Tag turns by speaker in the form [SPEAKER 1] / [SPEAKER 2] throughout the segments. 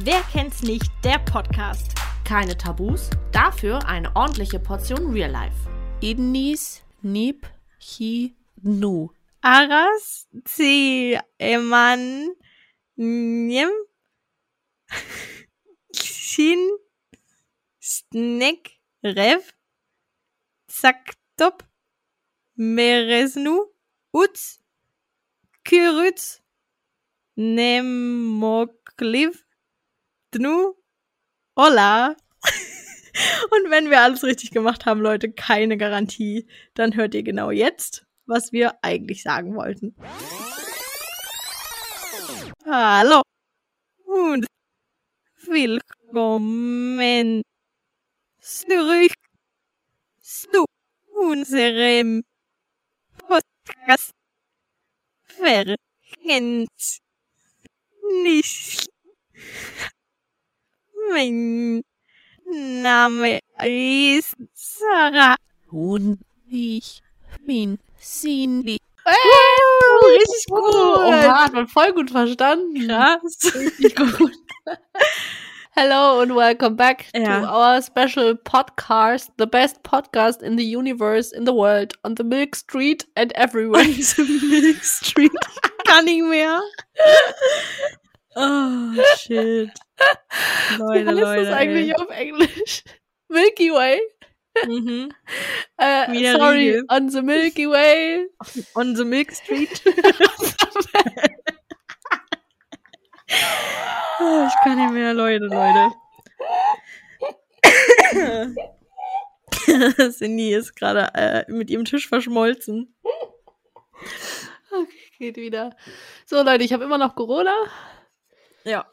[SPEAKER 1] Wer kennt's nicht? Der Podcast.
[SPEAKER 2] Keine Tabus, dafür eine ordentliche Portion Real Life. Idnis, Nib, Chi, Nu.
[SPEAKER 1] Aras, C, Eman, Njem, Xin, Snek, Rev, Zaktop, Meresnu, Utz, Kyrütz, Nemokliv, Dnu, Ola. Und wenn wir alles richtig gemacht haben, Leute, keine Garantie, dann hört ihr genau jetzt, was wir eigentlich sagen wollten. Hallo und willkommen zurück zu unserem Podcast. Wer kennt's nicht? Mein Name ist Sarah.
[SPEAKER 2] Und ich bin Cindy.
[SPEAKER 1] Wow, Oh, richtig gut.
[SPEAKER 2] Oha, Oh hat man voll gut verstanden.
[SPEAKER 1] Krass.
[SPEAKER 2] Richtig gut. Hello and welcome back
[SPEAKER 1] Ja.
[SPEAKER 2] to our special podcast, the best podcast in the universe, in the world, on the Milk Street and everywhere.
[SPEAKER 1] Milk Street. Kann nicht mehr. Oh, shit.
[SPEAKER 2] Wie
[SPEAKER 1] Leute,
[SPEAKER 2] heißt das eigentlich auf Englisch? Milky Way.
[SPEAKER 1] Mhm.
[SPEAKER 2] Äh,
[SPEAKER 1] Wie der
[SPEAKER 2] sorry,
[SPEAKER 1] Riegel.
[SPEAKER 2] on the Milky Way.
[SPEAKER 1] On the Milk Street. oh, ich kann nicht mehr, Leute, Leute. Cindy ist gerade äh, mit ihrem Tisch verschmolzen.
[SPEAKER 2] Okay, geht wieder. So, Leute, ich habe immer noch Corona.
[SPEAKER 1] Ja.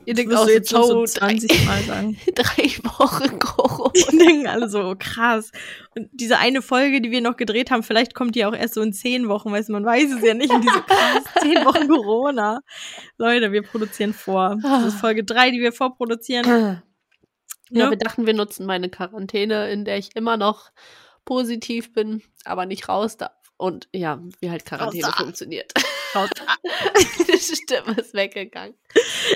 [SPEAKER 2] Ihr
[SPEAKER 1] Ich
[SPEAKER 2] denkt
[SPEAKER 1] muss
[SPEAKER 2] auch
[SPEAKER 1] jetzt noch so
[SPEAKER 2] so, drei,
[SPEAKER 1] 20 Mal sagen.
[SPEAKER 2] drei Wochen Corona.
[SPEAKER 1] Die denken alle so, oh, krass. Und diese eine Folge, die wir noch gedreht haben, vielleicht kommt die auch erst so in zehn Wochen, weißt du, man weiß es ja nicht. Und die so, krass, zehn Wochen Corona. Leute, wir produzieren vor. Das ist Folge drei, die wir
[SPEAKER 2] Äh,
[SPEAKER 1] vorproduzieren. Ne?
[SPEAKER 2] Ja,
[SPEAKER 1] Ja.
[SPEAKER 2] wir dachten, wir nutzen meine Quarantäne, in der ich immer noch positiv bin, aber nicht raus darf. Und ja, wie halt Quarantäne
[SPEAKER 1] Raus darf.
[SPEAKER 2] funktioniert. Die Stimme ist weggegangen.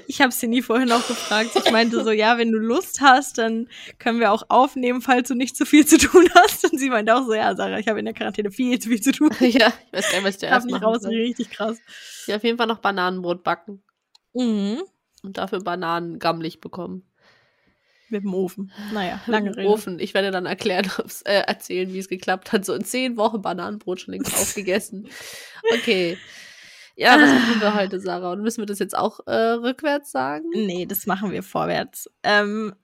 [SPEAKER 1] Ich habe Cindy vorhin auch gefragt. Ich meinte so, ja, wenn du Lust hast, dann können wir auch aufnehmen, falls du nicht zu viel zu tun hast. Und sie meinte auch so, ja, Sarah, ich habe in der Quarantäne viel zu viel zu tun.
[SPEAKER 2] ja, ich weiß gar nicht, was
[SPEAKER 1] Ich darf
[SPEAKER 2] ich zuerst
[SPEAKER 1] nicht
[SPEAKER 2] machen
[SPEAKER 1] raus,
[SPEAKER 2] soll.
[SPEAKER 1] richtig krass.
[SPEAKER 2] Ja, auf jeden Fall noch Bananenbrot backen
[SPEAKER 1] Mhm.
[SPEAKER 2] und dafür Bananen gammelig bekommen.
[SPEAKER 1] Mit dem Ofen. Naja,
[SPEAKER 2] Im
[SPEAKER 1] lange Rede.
[SPEAKER 2] Ofen. Ich werde dann erklären, ob's, äh, erzählen, wie es geklappt hat. So in zehn Wochen Bananenbrot schon längst aufgegessen. Okay. Ja, was machen wir heute, Sarah? Und müssen wir das jetzt auch äh, rückwärts sagen?
[SPEAKER 1] Nee, das machen wir vorwärts. Ähm,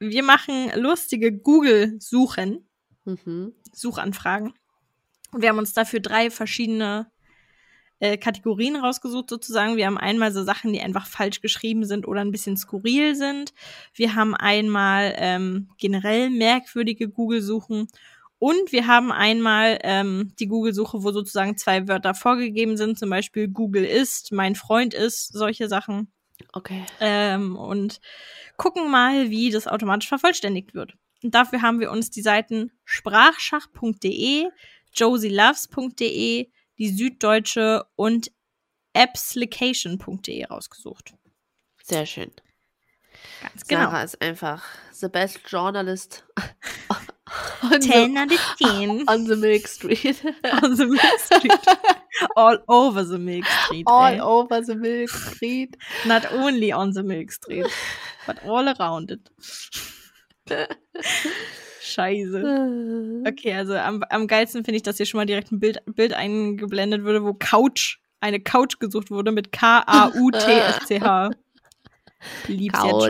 [SPEAKER 1] wir machen lustige Google-Suchen,
[SPEAKER 2] Mhm.
[SPEAKER 1] Suchanfragen. Und wir haben uns dafür drei verschiedene äh, Kategorien rausgesucht, sozusagen. Wir haben einmal so Sachen, die einfach falsch geschrieben sind oder ein bisschen skurril sind. Wir haben einmal ähm, generell merkwürdige Google-Suchen. Und wir haben einmal ähm, die Google-Suche, wo sozusagen zwei Wörter vorgegeben sind, zum Beispiel Google ist, mein Freund ist, solche Sachen.
[SPEAKER 2] Okay.
[SPEAKER 1] ähm, und gucken mal, wie das automatisch vervollständigt wird. Und dafür haben wir uns die Seiten sprachschach.de, josieloves.de, die Süddeutsche und appslication.de rausgesucht.
[SPEAKER 2] Sehr schön.
[SPEAKER 1] Ganz
[SPEAKER 2] Sarah
[SPEAKER 1] genau.
[SPEAKER 2] ist einfach the best journalist on, the,
[SPEAKER 1] Ten out of ten.
[SPEAKER 2] on the Milk Street.
[SPEAKER 1] On the Milk Street. All over the Milk Street.
[SPEAKER 2] All
[SPEAKER 1] ey.
[SPEAKER 2] over the Milk Street.
[SPEAKER 1] Not only on the Milk Street, but all around it. Scheiße.
[SPEAKER 2] okay.
[SPEAKER 1] Okay, also am, am geilsten finde ich, dass hier schon mal direkt ein Bild, Bild eingeblendet würde, wo Couch, eine Couch gesucht wurde mit K-A-U-T-S-C-H. Lieb's jetzt
[SPEAKER 2] Couch.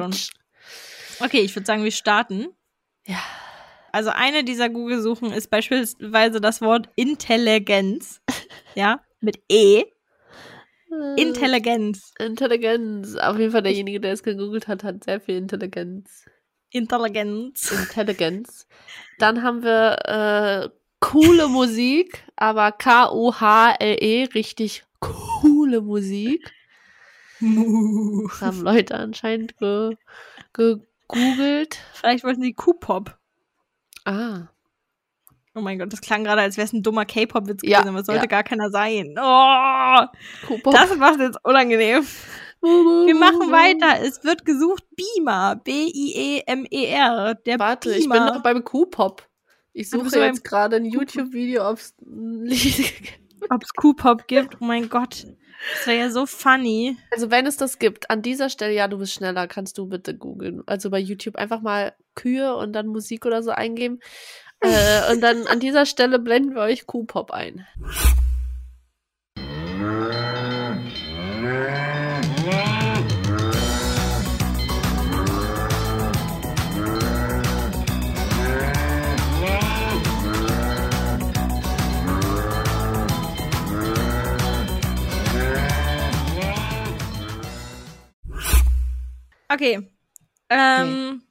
[SPEAKER 1] schon. Okay, ich würde sagen, wir starten.
[SPEAKER 2] Ja.
[SPEAKER 1] Also eine dieser Google-Suchen ist beispielsweise das Wort Intelligenz. ja, mit E. Intelligenz.
[SPEAKER 2] Äh, Intelligenz. Auf jeden Fall derjenige, der es gegoogelt hat, hat sehr viel Intelligenz.
[SPEAKER 1] Intelligenz.
[SPEAKER 2] Intelligenz. Dann haben wir äh, coole Musik, aber K-U-H-L-E, E, richtig coole Musik.
[SPEAKER 1] Mu.
[SPEAKER 2] Das haben Leute anscheinend ge gegoogelt.
[SPEAKER 1] Vielleicht wollten sie Q-Pop.
[SPEAKER 2] Ah.
[SPEAKER 1] Oh mein Gott, das klang gerade, als wäre es ein dummer K-Pop-Witz
[SPEAKER 2] Ja,
[SPEAKER 1] gewesen, aber es sollte
[SPEAKER 2] ja.
[SPEAKER 1] gar keiner sein. Oh!
[SPEAKER 2] Coupon.
[SPEAKER 1] Das macht jetzt unangenehm.
[SPEAKER 2] Uh.
[SPEAKER 1] Wir machen weiter. Es wird gesucht Beamer. E B-I-E-M-E-R. Der
[SPEAKER 2] Warte,
[SPEAKER 1] Beamer.
[SPEAKER 2] ich bin noch beim Q-Pop. Ich
[SPEAKER 1] Ach,
[SPEAKER 2] suche
[SPEAKER 1] so, beim
[SPEAKER 2] jetzt gerade ein YouTube-Video aufs
[SPEAKER 1] Ob es Q-Pop gibt. Oh mein Gott. Das wäre ja so funny.
[SPEAKER 2] Also wenn es das gibt, an dieser Stelle, ja, du bist schneller, kannst du bitte googeln. Also bei YouTube einfach mal Kühe und dann Musik oder so eingeben. äh, und dann an dieser Stelle blenden wir euch Q-Pop ein.
[SPEAKER 1] Okay. Ähm,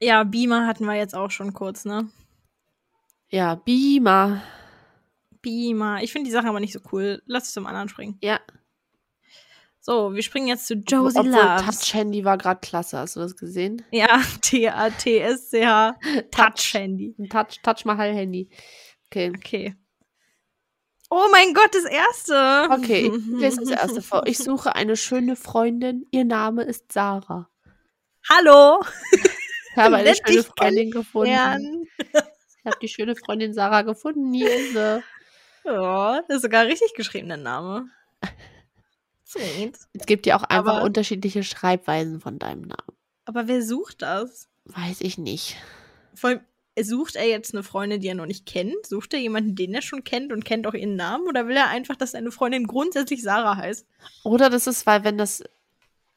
[SPEAKER 1] Ja, Beamer hatten wir jetzt auch schon kurz, ne?
[SPEAKER 2] Ja, Beamer.
[SPEAKER 1] Beamer. Ich finde die Sache aber nicht so cool. Lass es zum anderen springen.
[SPEAKER 2] Ja,
[SPEAKER 1] So, wir springen jetzt zu Josie
[SPEAKER 2] obwohl
[SPEAKER 1] Loves.
[SPEAKER 2] Touch-Handy war gerade klasse. Hast du das gesehen?
[SPEAKER 1] Ja, T-A-T-S-C-H. Touch-Handy.
[SPEAKER 2] Ein Touch, Touch Mahal-Handy. Okay.
[SPEAKER 1] Okay. Oh mein Gott, das erste.
[SPEAKER 2] Okay, ich lese das erste vor. Ich suche eine schöne Freundin. Ihr Name ist Sarah.
[SPEAKER 1] Hallo.
[SPEAKER 2] Ich habe eine
[SPEAKER 1] Nett,
[SPEAKER 2] schöne
[SPEAKER 1] dich
[SPEAKER 2] Freundin gefunden.
[SPEAKER 1] Jan.
[SPEAKER 2] Ich habe die schöne Freundin Sarah gefunden. Hier ist sie.
[SPEAKER 1] Ja, das ist sogar richtig geschrieben, der Name. Sweet.
[SPEAKER 2] Es gibt ja auch einfach
[SPEAKER 1] Aber-
[SPEAKER 2] unterschiedliche Schreibweisen von deinem Namen.
[SPEAKER 1] Aber wer sucht das?
[SPEAKER 2] Weiß ich nicht.
[SPEAKER 1] Vor allem, sucht er jetzt eine Freundin, die er noch nicht kennt? Sucht er jemanden, den er schon kennt und kennt auch ihren Namen? Oder will er einfach, dass seine Freundin grundsätzlich Sarah heißt?
[SPEAKER 2] Oder das ist, weil wenn das.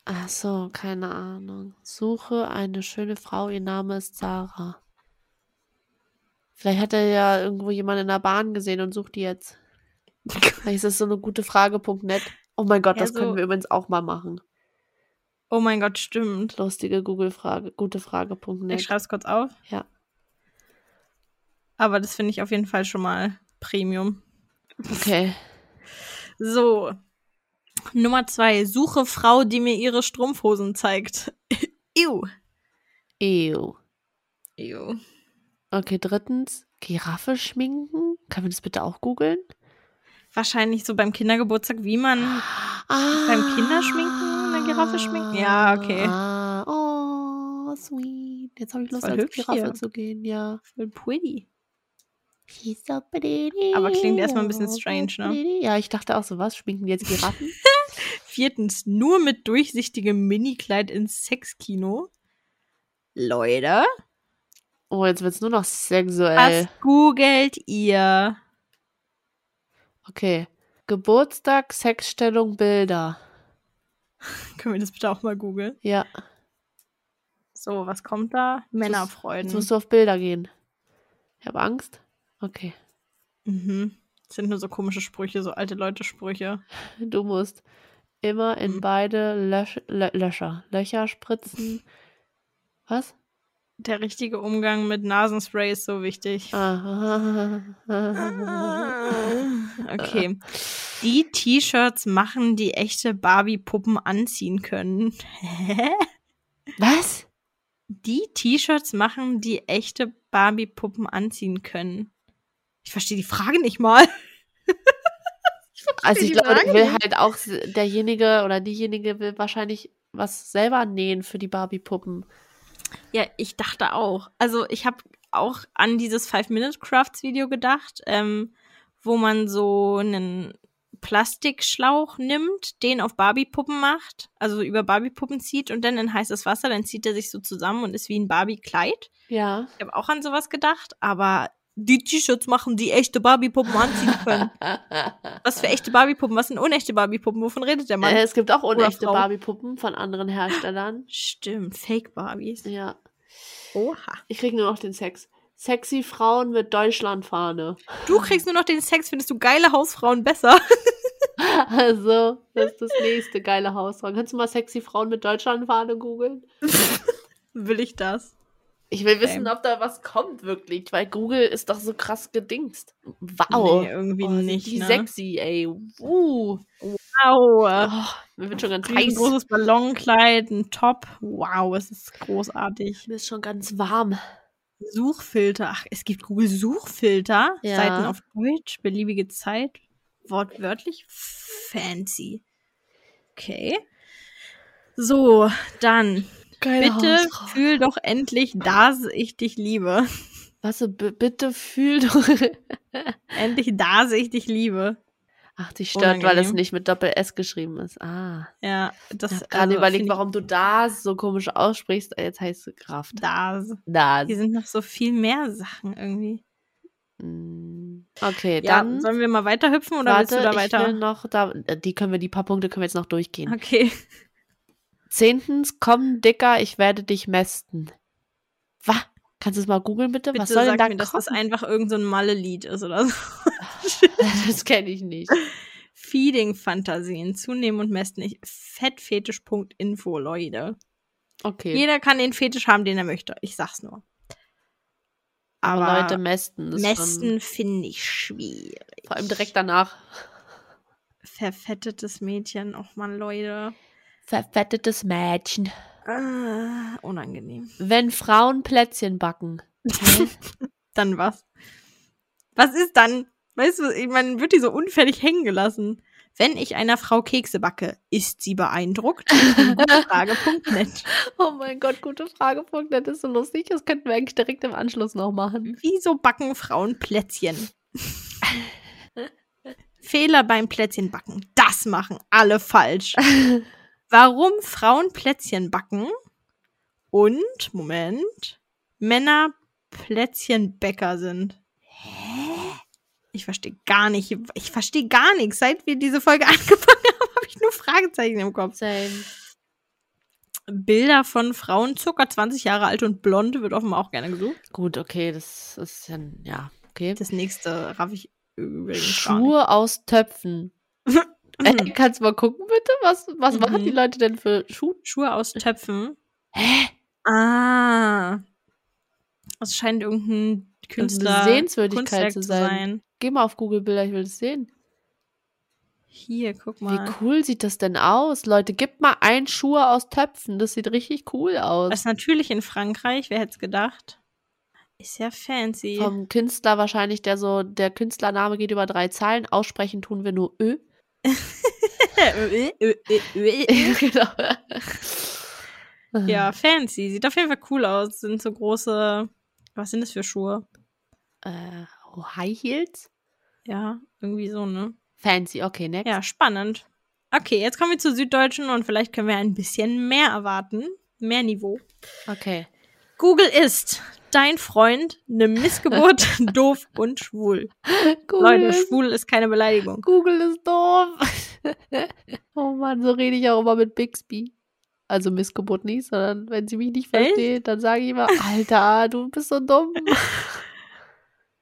[SPEAKER 2] Ach so, keine Ahnung. Suche eine schöne Frau, ihr Name ist Sarah. Vielleicht hat er ja irgendwo jemanden in der Bahn gesehen und sucht die jetzt. Vielleicht ist das so eine gute Frage.net. Oh mein Gott,
[SPEAKER 1] Ja,
[SPEAKER 2] das können
[SPEAKER 1] so-
[SPEAKER 2] wir übrigens auch mal machen.
[SPEAKER 1] Oh mein Gott, stimmt.
[SPEAKER 2] Lustige Google-Frage, gute
[SPEAKER 1] Ich
[SPEAKER 2] Frage.net.
[SPEAKER 1] schreibe es kurz auf.
[SPEAKER 2] Ja.
[SPEAKER 1] Aber das finde ich auf jeden Fall schon mal Premium.
[SPEAKER 2] Okay.
[SPEAKER 1] So. Nummer zwei. Suche Frau, die mir ihre Strumpfhosen zeigt. Ew.
[SPEAKER 2] Ew.
[SPEAKER 1] Ew.
[SPEAKER 2] Okay, drittens, Giraffe schminken. Können wir das bitte auch googeln?
[SPEAKER 1] Wahrscheinlich so beim Kindergeburtstag, wie man.
[SPEAKER 2] Ah.
[SPEAKER 1] Beim Kinderschminken eine Giraffe schminken? Ja, okay.
[SPEAKER 2] Ah, oh, sweet. Jetzt habe ich Lust,
[SPEAKER 1] Voll
[SPEAKER 2] als
[SPEAKER 1] hübsch
[SPEAKER 2] Giraffe
[SPEAKER 1] hier.
[SPEAKER 2] zu gehen, ja.
[SPEAKER 1] Voll pretty.
[SPEAKER 2] She's so pretty.
[SPEAKER 1] Aber klingt erstmal ein bisschen strange, ne?
[SPEAKER 2] Pretty. Ja, ich dachte auch so, was? Schminken die jetzt Giraffen?
[SPEAKER 1] Viertens. Nur mit durchsichtigem Minikleid ins Sexkino. Leute, Äh.
[SPEAKER 2] oh, jetzt wird's nur noch sexuell.
[SPEAKER 1] was googelt ihr?
[SPEAKER 2] Okay. Geburtstag, Sexstellung, Bilder.
[SPEAKER 1] Können wir das bitte auch mal googeln?
[SPEAKER 2] Ja,
[SPEAKER 1] So, was kommt da?
[SPEAKER 2] jetzt
[SPEAKER 1] Männerfreuden.
[SPEAKER 2] musst du auf Bilder gehen. Ich habe Angst. Okay.
[SPEAKER 1] Mhm. Das sind nur so komische Sprüche, so alte Leute-Sprüche.
[SPEAKER 2] Du musst immer in
[SPEAKER 1] Mhm.
[SPEAKER 2] beide Lösch Lö Löcher, Löcher spritzen. Was?
[SPEAKER 1] Der richtige Umgang mit Nasenspray ist so wichtig.
[SPEAKER 2] Ah.
[SPEAKER 1] Okay. Die T-Shirts machen, die echte Barbie-Puppen anziehen können.
[SPEAKER 2] Was?
[SPEAKER 1] Die T-Shirts machen, die echte Barbie-Puppen anziehen können. Ich verstehe die Frage nicht mal.
[SPEAKER 2] Also ich
[SPEAKER 1] die
[SPEAKER 2] glaube,
[SPEAKER 1] Frage
[SPEAKER 2] will
[SPEAKER 1] nicht.
[SPEAKER 2] halt auch s- derjenige oder diejenige will wahrscheinlich was selber nähen für die Barbie-Puppen. halt
[SPEAKER 1] Ja, ich dachte auch. Also ich habe auch an dieses Five-Minute-Crafts-Video gedacht, ähm, wo man so einen Plastikschlauch nimmt, den auf Barbie-Puppen macht, also über Barbie-Puppen zieht und dann in heißes Wasser, dann zieht er sich so zusammen und ist wie ein Barbie-Kleid.
[SPEAKER 2] Ja.
[SPEAKER 1] Ich habe auch an sowas gedacht, aber die T-Shirts machen, die echte Barbie-Puppen anziehen können. Was für echte Barbie-Puppen? Was sind unechte Barbie-Puppen? Wovon redet der Mann?
[SPEAKER 2] Äh, es gibt auch unechte
[SPEAKER 1] Frau.
[SPEAKER 2] Barbie-Puppen von anderen Herstellern.
[SPEAKER 1] Stimmt, Fake-Barbies.
[SPEAKER 2] Ja.
[SPEAKER 1] Oha.
[SPEAKER 2] Ich krieg nur noch den Sex. Sexy Frauen mit Deutschlandfahne.
[SPEAKER 1] Du kriegst nur noch den Sex, findest du geile Hausfrauen besser?
[SPEAKER 2] Also, das ist das nächste geile Hausfrauen. Kannst du mal sexy Frauen mit Deutschlandfahne googeln?
[SPEAKER 1] Will ich das?
[SPEAKER 2] Ich will
[SPEAKER 1] wissen,
[SPEAKER 2] ob da was kommt wirklich, weil Google ist doch so krass gedingst.
[SPEAKER 1] Oh,
[SPEAKER 2] Wow.
[SPEAKER 1] nee, irgendwie
[SPEAKER 2] oh, sind
[SPEAKER 1] nicht.
[SPEAKER 2] die
[SPEAKER 1] ne?
[SPEAKER 2] sexy, ey. Uh.
[SPEAKER 1] Wow.
[SPEAKER 2] Oh, mir wird schon ganz
[SPEAKER 1] Ein
[SPEAKER 2] heiß.
[SPEAKER 1] großes Ballonkleid, ein Top. Wow, es ist großartig.
[SPEAKER 2] Mir ist schon ganz warm.
[SPEAKER 1] Suchfilter. Ach, es gibt Google Suchfilter.
[SPEAKER 2] Ja.
[SPEAKER 1] Seiten auf Deutsch, beliebige Zeit. Wortwörtlich fancy. Okay. So, dann.
[SPEAKER 2] Geile
[SPEAKER 1] Bitte
[SPEAKER 2] Hausfrau.
[SPEAKER 1] fühl doch endlich, dass ich dich liebe.
[SPEAKER 2] Was? b- Bitte fühl doch.
[SPEAKER 1] Endlich, dass ich dich liebe.
[SPEAKER 2] Ach, dich stört, weil es
[SPEAKER 1] Unangenehm.
[SPEAKER 2] nicht mit Doppel S geschrieben ist. Ah.
[SPEAKER 1] Ja, das also,
[SPEAKER 2] Ich habe gerade überlegt,
[SPEAKER 1] find
[SPEAKER 2] warum du das so komisch aussprichst. Jetzt heißt es Kraft.
[SPEAKER 1] ich Das.
[SPEAKER 2] Das.
[SPEAKER 1] Hier sind noch so viel mehr Sachen irgendwie.
[SPEAKER 2] Mm. Okay,
[SPEAKER 1] Ja,
[SPEAKER 2] dann.
[SPEAKER 1] sollen wir mal weiterhüpfen oder
[SPEAKER 2] warte,
[SPEAKER 1] willst du da
[SPEAKER 2] ich will
[SPEAKER 1] weiter?
[SPEAKER 2] noch da. äh, Die können wir, die paar Punkte können wir jetzt noch durchgehen.
[SPEAKER 1] Okay.
[SPEAKER 2] Zehntens, komm, Dicker, ich werde dich mästen. Was? Kannst du es mal googeln, bitte?
[SPEAKER 1] Bitte
[SPEAKER 2] Was soll
[SPEAKER 1] sag
[SPEAKER 2] denn da
[SPEAKER 1] mir, dass
[SPEAKER 2] kommen?
[SPEAKER 1] das einfach irgendein so ein Malle-Lied ist oder so.
[SPEAKER 2] das kenne ich nicht.
[SPEAKER 1] Feeding-Fantasien zunehmen und messen nicht. Fettfetisch.info, Leute.
[SPEAKER 2] Okay.
[SPEAKER 1] Jeder kann den Fetisch haben, den er möchte. Ich sag's nur.
[SPEAKER 2] aber
[SPEAKER 1] Aber
[SPEAKER 2] Leute, mästen. Ist
[SPEAKER 1] messen finde ich schwierig.
[SPEAKER 2] Schon, vor allem direkt danach.
[SPEAKER 1] Verfettetes Mädchen, auch man, Leute.
[SPEAKER 2] Verfettetes Mädchen.
[SPEAKER 1] Ah, unangenehm.
[SPEAKER 2] Wenn Frauen Plätzchen backen.
[SPEAKER 1] Dann was? Was ist dann? Weißt du, ich meine, wird die so unfällig hängen gelassen. Wenn ich einer Frau Kekse backe, ist sie beeindruckt? Frage.net.
[SPEAKER 2] Oh mein Gott, gute Frage, Punkt. Das ist so lustig. Das könnten wir eigentlich direkt im Anschluss noch machen.
[SPEAKER 1] Wieso backen Frauen Plätzchen? Fehler beim Plätzchenbacken. Das machen alle falsch. Warum Frauen Plätzchen backen und, Moment, Männer Plätzchenbäcker sind. Hä? Ich verstehe gar nicht. Ich verstehe gar nichts. Seit wir diese Folge angefangen haben, habe ich nur Fragezeichen im Kopf.
[SPEAKER 2] Same.
[SPEAKER 1] Bilder von Frauen, circa 20 Jahre alt und blond, wird offenbar auch gerne gesucht.
[SPEAKER 2] Gut, okay, das ist dann, ja, okay.
[SPEAKER 1] Das nächste raff ich übrigens gar nicht.
[SPEAKER 2] Schuhe aus Töpfen. Äh, kannst du mal gucken, bitte? Was, was
[SPEAKER 1] Mhm.
[SPEAKER 2] machen die Leute denn für Schuhe?
[SPEAKER 1] Schuhe aus Töpfen.
[SPEAKER 2] Hä?
[SPEAKER 1] Ah. Es scheint irgendein Künstler. Kunstwerk
[SPEAKER 2] Sehenswürdigkeit zu sein. Geh mal auf Google Bilder, ich will das sehen.
[SPEAKER 1] Hier, guck mal.
[SPEAKER 2] Wie cool sieht das denn aus? Leute, gebt mal ein Schuhe aus Töpfen. Das sieht richtig cool
[SPEAKER 1] Das
[SPEAKER 2] aus.
[SPEAKER 1] ist natürlich in Frankreich, wer hätte es gedacht? Ist ja fancy.
[SPEAKER 2] Vom Künstler wahrscheinlich, der so, der Künstlername geht über drei Zeilen. Aussprechen tun wir nur Ö.
[SPEAKER 1] Äh,
[SPEAKER 2] genau.
[SPEAKER 1] ja, fancy. Sieht auf jeden Fall cool aus. Sind so große. Was sind das für Schuhe?
[SPEAKER 2] Äh, oh, High Heels?
[SPEAKER 1] Ja, irgendwie so, ne?
[SPEAKER 2] Fancy, okay, next.
[SPEAKER 1] Ja, spannend. Okay, jetzt kommen wir zu Süddeutschen und vielleicht können wir ein bisschen mehr erwarten. Mehr Niveau.
[SPEAKER 2] Okay.
[SPEAKER 1] Google ist dein Freund, eine Missgeburt, doof und schwul. Leute, schwul ist keine Beleidigung.
[SPEAKER 2] Google ist doof. oh Mann, so rede ich auch immer mit Bixby. Also Missgeburt nicht, sondern wenn sie mich nicht
[SPEAKER 1] Echt?
[SPEAKER 2] versteht, dann sage ich immer, Alter, du bist so dumm.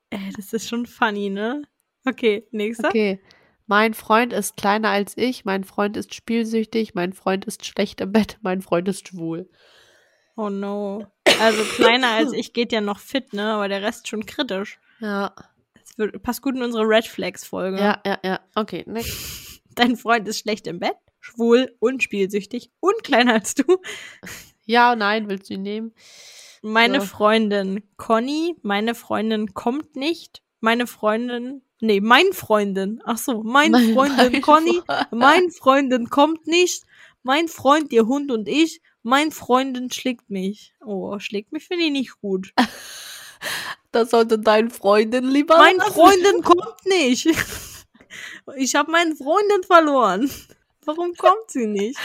[SPEAKER 1] Ey, das ist schon funny, ne? Okay, nächster.
[SPEAKER 2] Okay. Mein Freund ist kleiner als ich, mein Freund ist spielsüchtig, mein Freund ist schlecht im Bett, mein Freund ist schwul.
[SPEAKER 1] Oh no. Also kleiner als ich geht ja noch fit, ne? Aber der Rest schon kritisch.
[SPEAKER 2] Ja,
[SPEAKER 1] Das wird, passt gut in unsere Red Flags-Folge.
[SPEAKER 2] ja, ja, ja. Okay, next.
[SPEAKER 1] Dein Freund ist schlecht im Bett, schwul und spielsüchtig und kleiner als du.
[SPEAKER 2] Ja, nein, willst du ihn nehmen?
[SPEAKER 1] Meine
[SPEAKER 2] So.
[SPEAKER 1] Freundin Conny, meine Freundin kommt nicht, meine Freundin, nee, mein Freundin, ach so, mein
[SPEAKER 2] Mein-
[SPEAKER 1] Freundin
[SPEAKER 2] mein
[SPEAKER 1] Conny,
[SPEAKER 2] Freund-
[SPEAKER 1] mein Freundin kommt nicht, mein Freund, ihr Hund und ich, mein Freundin schlägt mich. Oh, schlägt mich finde ich nicht gut.
[SPEAKER 2] Das sollte deine Freundin lieber.
[SPEAKER 1] Mein
[SPEAKER 2] lassen.
[SPEAKER 1] Freundin kommt nicht. Ich habe meinen Freundin verloren. Warum kommt sie nicht?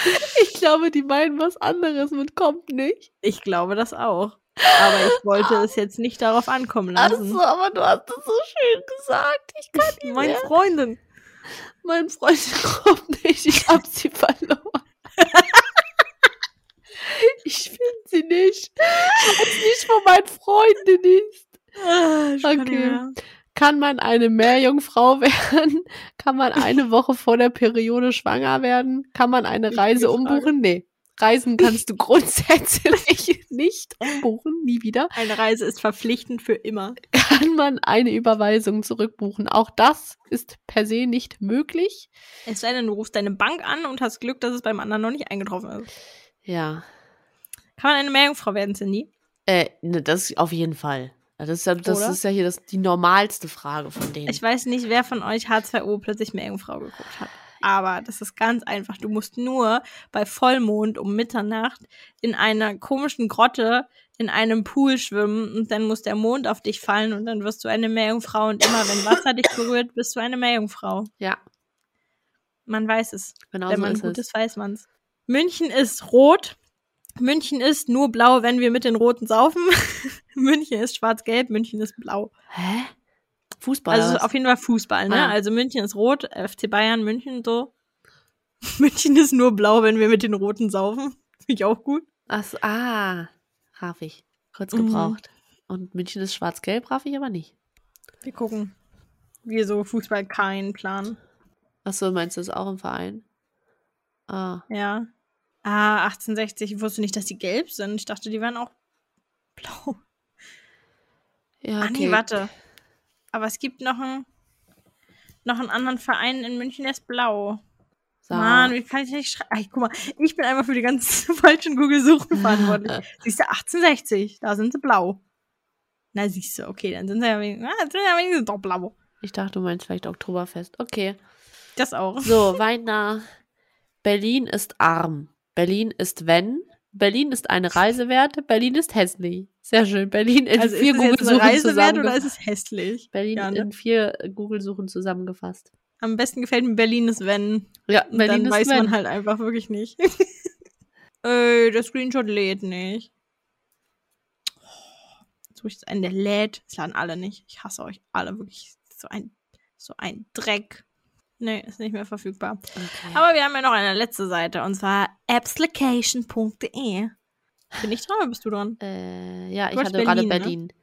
[SPEAKER 2] Ich glaube, die meinen was anderes mit kommt nicht.
[SPEAKER 1] Ich glaube das auch. Aber ich wollte es jetzt nicht darauf ankommen lassen.
[SPEAKER 2] Achso, aber du hast es so schön gesagt. Ich kann nicht
[SPEAKER 1] Mein
[SPEAKER 2] mehr.
[SPEAKER 1] Freundin.
[SPEAKER 2] Mein Freund kommt nicht. Ich hab sie verloren. ich finde sie nicht. Ich weiß nicht, wo mein Freundin ist.
[SPEAKER 1] Ah, ich kann nicht
[SPEAKER 2] Okay.
[SPEAKER 1] mehr.
[SPEAKER 2] Kann man eine Meerjungfrau werden? Kann man eine Woche vor der Periode schwanger werden? Kann man eine
[SPEAKER 1] Wichtige
[SPEAKER 2] Reise
[SPEAKER 1] Frage.
[SPEAKER 2] umbuchen? Nee. Reisen kannst du grundsätzlich nicht umbuchen, nie wieder.
[SPEAKER 1] Eine Reise ist verpflichtend für immer.
[SPEAKER 2] Kann man eine Überweisung zurückbuchen? Auch das ist per se nicht möglich.
[SPEAKER 1] Es sei denn, du rufst deine Bank an und hast Glück, dass es beim anderen noch nicht eingetroffen ist.
[SPEAKER 2] Ja.
[SPEAKER 1] Kann man eine Meerjungfrau werden, Cindy?
[SPEAKER 2] Äh, ne, das auf jeden Fall. Also Das ist ja, das
[SPEAKER 1] Oder?
[SPEAKER 2] ist ja hier das, die normalste Frage von denen.
[SPEAKER 1] Ich weiß nicht, wer von euch H2O plötzlich Meerjungfrau geguckt hat. aber das ist ganz einfach. Du musst nur bei Vollmond um Mitternacht in einer komischen Grotte in einem Pool schwimmen und dann muss der Mond auf dich fallen und dann wirst du eine Meerjungfrau und immer wenn Wasser dich berührt, bist du eine Meerjungfrau.
[SPEAKER 2] Ja,
[SPEAKER 1] Man weiß es.
[SPEAKER 2] genau
[SPEAKER 1] wenn
[SPEAKER 2] so
[SPEAKER 1] man
[SPEAKER 2] ist
[SPEAKER 1] gut
[SPEAKER 2] es.
[SPEAKER 1] ist, weiß man's. München ist rot. München ist nur blau, wenn wir mit den Roten saufen. München ist schwarz-gelb, München ist blau.
[SPEAKER 2] Hä? Fußball.
[SPEAKER 1] Also
[SPEAKER 2] oder was?
[SPEAKER 1] auf jeden Fall Fußball, ne?
[SPEAKER 2] Ah, ja.
[SPEAKER 1] Also München ist rot, FC Bayern, München so. München ist nur blau, wenn wir mit den Roten saufen. Finde ich auch gut.
[SPEAKER 2] Ach, so, ah, raff ich. Kurz
[SPEAKER 1] Mhm.
[SPEAKER 2] gebraucht. Und München ist schwarz-gelb, raff ich aber nicht.
[SPEAKER 1] Wir gucken. Wir so Fußball keinen Plan.
[SPEAKER 2] Achso, meinst du das auch im Verein? Ah,
[SPEAKER 1] Ja. Ah, 1860. Ich wusste nicht, dass die gelb sind. Ich dachte, die wären auch blau.
[SPEAKER 2] ja.
[SPEAKER 1] Ah,
[SPEAKER 2] Okay.
[SPEAKER 1] nee, warte. Aber es gibt noch einen, noch einen anderen Verein in München, der ist blau.
[SPEAKER 2] Sau.
[SPEAKER 1] Mann, wie kann ich nicht schreiben? Guck mal, ich bin einmal für die ganzen falschen Google-Suchen verantwortlich. Siehst du, 1860, da sind sie blau. Na, siehst du, okay, dann sind sie ja wenigstens, ah, sind sie ja wenigstens doch blau.
[SPEAKER 2] Ich dachte, du meinst vielleicht Oktoberfest. Okay.
[SPEAKER 1] Das auch.
[SPEAKER 2] So, weiter. Berlin ist arm. Berlin ist wenn. Berlin ist eine Reise wert. Berlin ist hässlich. Sehr schön. Berlin in
[SPEAKER 1] Also ist
[SPEAKER 2] Äh,
[SPEAKER 1] es
[SPEAKER 2] vier
[SPEAKER 1] jetzt eine
[SPEAKER 2] Google-Suchen
[SPEAKER 1] Reise wert oder
[SPEAKER 2] zusammengefasst.
[SPEAKER 1] ist es hässlich?
[SPEAKER 2] Berlin
[SPEAKER 1] Ja, ne?
[SPEAKER 2] in vier Google-Suchen zusammengefasst.
[SPEAKER 1] Am besten gefällt mir Berlin ist wenn.
[SPEAKER 2] Ja,
[SPEAKER 1] Und
[SPEAKER 2] Berlin
[SPEAKER 1] dann
[SPEAKER 2] ist
[SPEAKER 1] weiß
[SPEAKER 2] wenn.
[SPEAKER 1] man halt einfach wirklich nicht. Ey, der Screenshot lädt nicht. Jetzt suche ich jetzt einen, der lädt. Es laden alle nicht. Ich hasse euch alle wirklich. So ein, so ein Dreck. Nee, ist nicht mehr verfügbar.
[SPEAKER 2] Okay.
[SPEAKER 1] Aber wir haben ja noch eine letzte Seite und zwar appslocation.de. Bin ich dran oder bist du dran?
[SPEAKER 2] äh, ja, ich
[SPEAKER 1] hast
[SPEAKER 2] hatte gerade
[SPEAKER 1] Berlin, ne?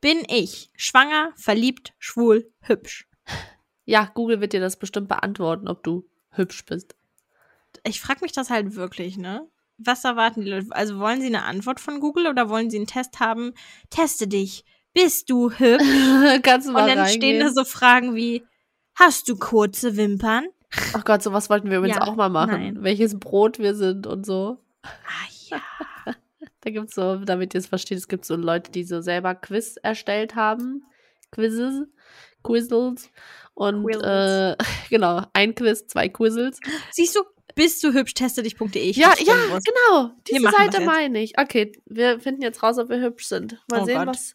[SPEAKER 2] Berlin.
[SPEAKER 1] Bin ich. Schwanger, verliebt, schwul, hübsch.
[SPEAKER 2] Ja, Google wird dir das bestimmt beantworten, ob du hübsch bist.
[SPEAKER 1] Ich frage mich das halt wirklich, ne? Was erwarten die Leute? Also wollen sie eine Antwort von Google oder wollen sie einen Test haben? Teste dich. Bist du hübsch?
[SPEAKER 2] Kannst du
[SPEAKER 1] Und
[SPEAKER 2] mal
[SPEAKER 1] dann stehen da
[SPEAKER 2] reingehen?
[SPEAKER 1] so Fragen wie, hast du kurze Wimpern?
[SPEAKER 2] Ach Oh Gott, sowas wollten wir übrigens
[SPEAKER 1] Ja,
[SPEAKER 2] auch mal machen.
[SPEAKER 1] nein.
[SPEAKER 2] Welches Brot wir sind und so.
[SPEAKER 1] Ah ja.
[SPEAKER 2] Da gibt's so, damit ihr es versteht, es gibt so Leute, die so selber Quiz erstellt haben. Quizzes, Quizzles. Und
[SPEAKER 1] Quizzles.
[SPEAKER 2] Äh, genau, ein Quiz, zwei Quizzles.
[SPEAKER 1] Siehst du, bist du hübsch, teste dich.de. Ich
[SPEAKER 2] Ja,
[SPEAKER 1] hab's
[SPEAKER 2] ja,
[SPEAKER 1] schon gewusst.
[SPEAKER 2] genau.
[SPEAKER 1] Wir
[SPEAKER 2] Diese
[SPEAKER 1] machen das
[SPEAKER 2] Seite
[SPEAKER 1] jetzt.
[SPEAKER 2] meine ich. Okay, wir finden jetzt raus, ob wir hübsch sind. Mal
[SPEAKER 1] Oh
[SPEAKER 2] sehen,
[SPEAKER 1] Gott.
[SPEAKER 2] was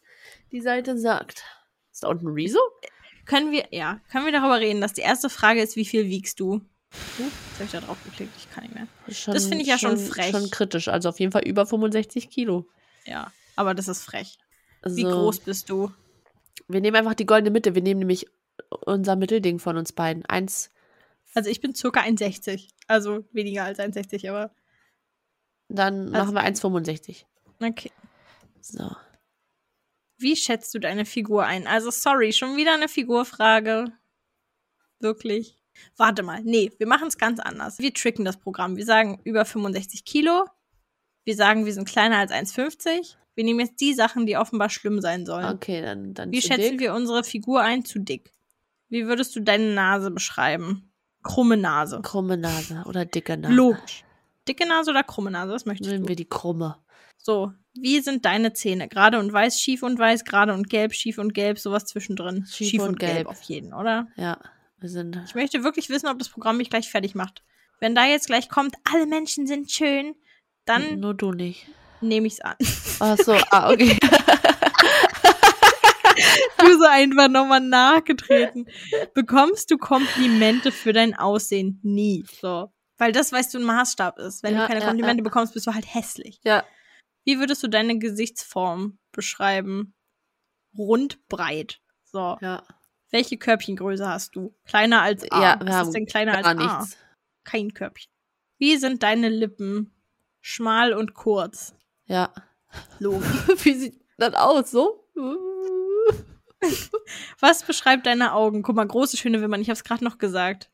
[SPEAKER 2] die Seite sagt. Ist da unten Rezo?
[SPEAKER 1] Können wir, ja, können wir darüber reden, dass die erste Frage ist, wie viel wiegst du? Huh, Jetzt habe ich da drauf geklickt, ich kann nicht mehr.
[SPEAKER 2] Schon,
[SPEAKER 1] Das finde ich ja schon frech.
[SPEAKER 2] Schon kritisch. Also auf jeden Fall über 65 Kilo.
[SPEAKER 1] Ja, aber das ist frech.
[SPEAKER 2] Also,
[SPEAKER 1] Wie groß bist du?
[SPEAKER 2] Wir nehmen einfach die goldene Mitte. Wir nehmen nämlich unser Mittelding von uns beiden. Eins.
[SPEAKER 1] Also ich bin circa 1,60. Also weniger als 1,60, aber.
[SPEAKER 2] Dann
[SPEAKER 1] Also-
[SPEAKER 2] machen wir 1,65.
[SPEAKER 1] Okay.
[SPEAKER 2] So.
[SPEAKER 1] Wie schätzt du deine Figur ein? Also, sorry, schon wieder eine Figurfrage. Wirklich. Warte mal. Nee, wir machen es ganz anders. Wir tricken das Programm. Wir sagen über 65 Kilo. Wir sagen, wir sind kleiner als 1,50. Wir nehmen jetzt die Sachen, die offenbar schlimm sein sollen.
[SPEAKER 2] Okay, dann. dann
[SPEAKER 1] Wie
[SPEAKER 2] Ah, zu
[SPEAKER 1] schätzen
[SPEAKER 2] dick.
[SPEAKER 1] wir unsere Figur ein? Zu dick. Wie würdest du deine Nase beschreiben? Krumme Nase.
[SPEAKER 2] Krumme Nase oder dicke Nase?
[SPEAKER 1] Logisch. Dicke Nase oder krumme Nase? Was möchtest
[SPEAKER 2] Nehmen
[SPEAKER 1] du?
[SPEAKER 2] wir die krumme.
[SPEAKER 1] So, wie sind deine Zähne? Gerade und weiß, schief und weiß, gerade und gelb, schief und gelb, sowas zwischendrin.
[SPEAKER 2] Schief
[SPEAKER 1] Schief,
[SPEAKER 2] und
[SPEAKER 1] und,
[SPEAKER 2] gelb.
[SPEAKER 1] gelb auf jeden, oder?
[SPEAKER 2] Ja, wir sind.
[SPEAKER 1] Ich möchte wirklich wissen, ob das Programm mich gleich fertig macht. Wenn da jetzt gleich kommt, alle Menschen sind schön, dann
[SPEAKER 2] Nur du nicht.
[SPEAKER 1] nehme ich es an.
[SPEAKER 2] Ach so, ah, okay.
[SPEAKER 1] du so einfach nochmal nachgetreten. Bekommst du Komplimente für dein Aussehen? Nie. So. Weil das, weißt du, ein Maßstab ist. Wenn
[SPEAKER 2] Ja,
[SPEAKER 1] du keine
[SPEAKER 2] ja,
[SPEAKER 1] Komplimente
[SPEAKER 2] ja.
[SPEAKER 1] bekommst, bist du halt hässlich.
[SPEAKER 2] Ja,
[SPEAKER 1] Wie würdest du deine Gesichtsform beschreiben? Rund, breit. So.
[SPEAKER 2] ja.
[SPEAKER 1] Welche Körbchengröße hast du? Kleiner als A.
[SPEAKER 2] Ja, wir
[SPEAKER 1] Was
[SPEAKER 2] haben
[SPEAKER 1] ist denn kleiner als
[SPEAKER 2] Gar
[SPEAKER 1] A?
[SPEAKER 2] nichts.
[SPEAKER 1] Kein Körbchen. Wie sind deine Lippen? Schmal und kurz.
[SPEAKER 2] Ja.
[SPEAKER 1] Logisch.
[SPEAKER 2] Wie sieht das aus? So?
[SPEAKER 1] Was beschreibt deine Augen? Guck mal, große, schöne Wimpern. Ich hab's gerade noch gesagt.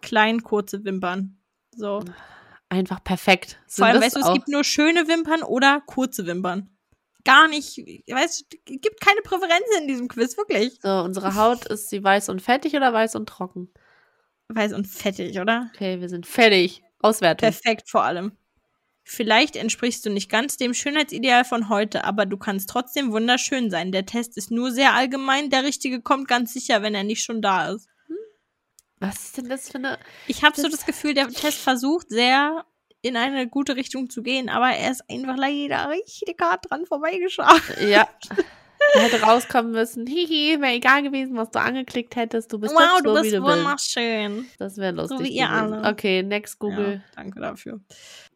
[SPEAKER 1] Klein, kurze Wimpern. So.
[SPEAKER 2] Einfach perfekt. Sind
[SPEAKER 1] Vor allem,
[SPEAKER 2] das
[SPEAKER 1] weißt du, es
[SPEAKER 2] auch-
[SPEAKER 1] gibt nur schöne Wimpern oder kurze Wimpern. Gar nicht, weißt du, es gibt keine Präferenz in diesem Quiz, wirklich.
[SPEAKER 2] So, unsere Haut ist sie weiß und fettig oder weiß und trocken?
[SPEAKER 1] Weiß und fettig, oder?
[SPEAKER 2] Okay, wir sind fertig. Auswertung.
[SPEAKER 1] Perfekt vor allem. Vielleicht entsprichst du nicht ganz dem Schönheitsideal von heute, aber du kannst trotzdem wunderschön sein. Der Test ist nur sehr allgemein. Der Richtige kommt ganz sicher, wenn er nicht schon da ist.
[SPEAKER 2] Was ist denn das für eine.
[SPEAKER 1] Ich habe so das Gefühl, der Test versucht sehr in eine gute Richtung zu gehen, aber er ist einfach leider richtig hart dran vorbeigeschlafen.
[SPEAKER 2] Ja. Er hätte rauskommen müssen. Hihi, wäre egal gewesen, was du angeklickt hättest. Du bist
[SPEAKER 1] Wow,
[SPEAKER 2] doch
[SPEAKER 1] du
[SPEAKER 2] so,
[SPEAKER 1] bist
[SPEAKER 2] wie du bist.
[SPEAKER 1] wunderschön.
[SPEAKER 2] Das wäre lustig.
[SPEAKER 1] wie ihr
[SPEAKER 2] gewesen.
[SPEAKER 1] alle.
[SPEAKER 2] Okay, next Google.
[SPEAKER 1] Ja, danke dafür.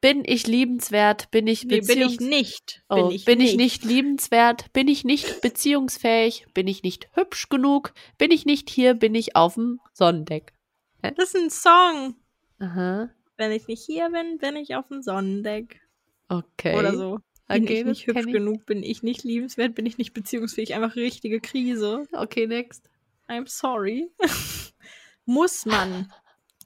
[SPEAKER 2] Bin ich liebenswert? Bin ich
[SPEAKER 1] Nee, bin
[SPEAKER 2] beziehungs...
[SPEAKER 1] ich nicht.
[SPEAKER 2] Oh, bin ich, nicht. liebenswert? Bin ich nicht beziehungsfähig? Bin ich nicht hübsch genug? Bin ich nicht hier? Bin ich auf dem Sonnendeck?
[SPEAKER 1] Das ist ein Song.
[SPEAKER 2] Aha.
[SPEAKER 1] Wenn ich nicht hier bin, bin ich auf dem Sonnendeck.
[SPEAKER 2] Okay.
[SPEAKER 1] Oder so. Bin
[SPEAKER 2] Okay,
[SPEAKER 1] ich
[SPEAKER 2] das
[SPEAKER 1] nicht hübsch
[SPEAKER 2] kenn ich.
[SPEAKER 1] genug, bin ich nicht liebenswert, bin ich nicht beziehungsfähig, einfach richtige Krise.
[SPEAKER 2] Okay, next.
[SPEAKER 1] I'm sorry. Muss man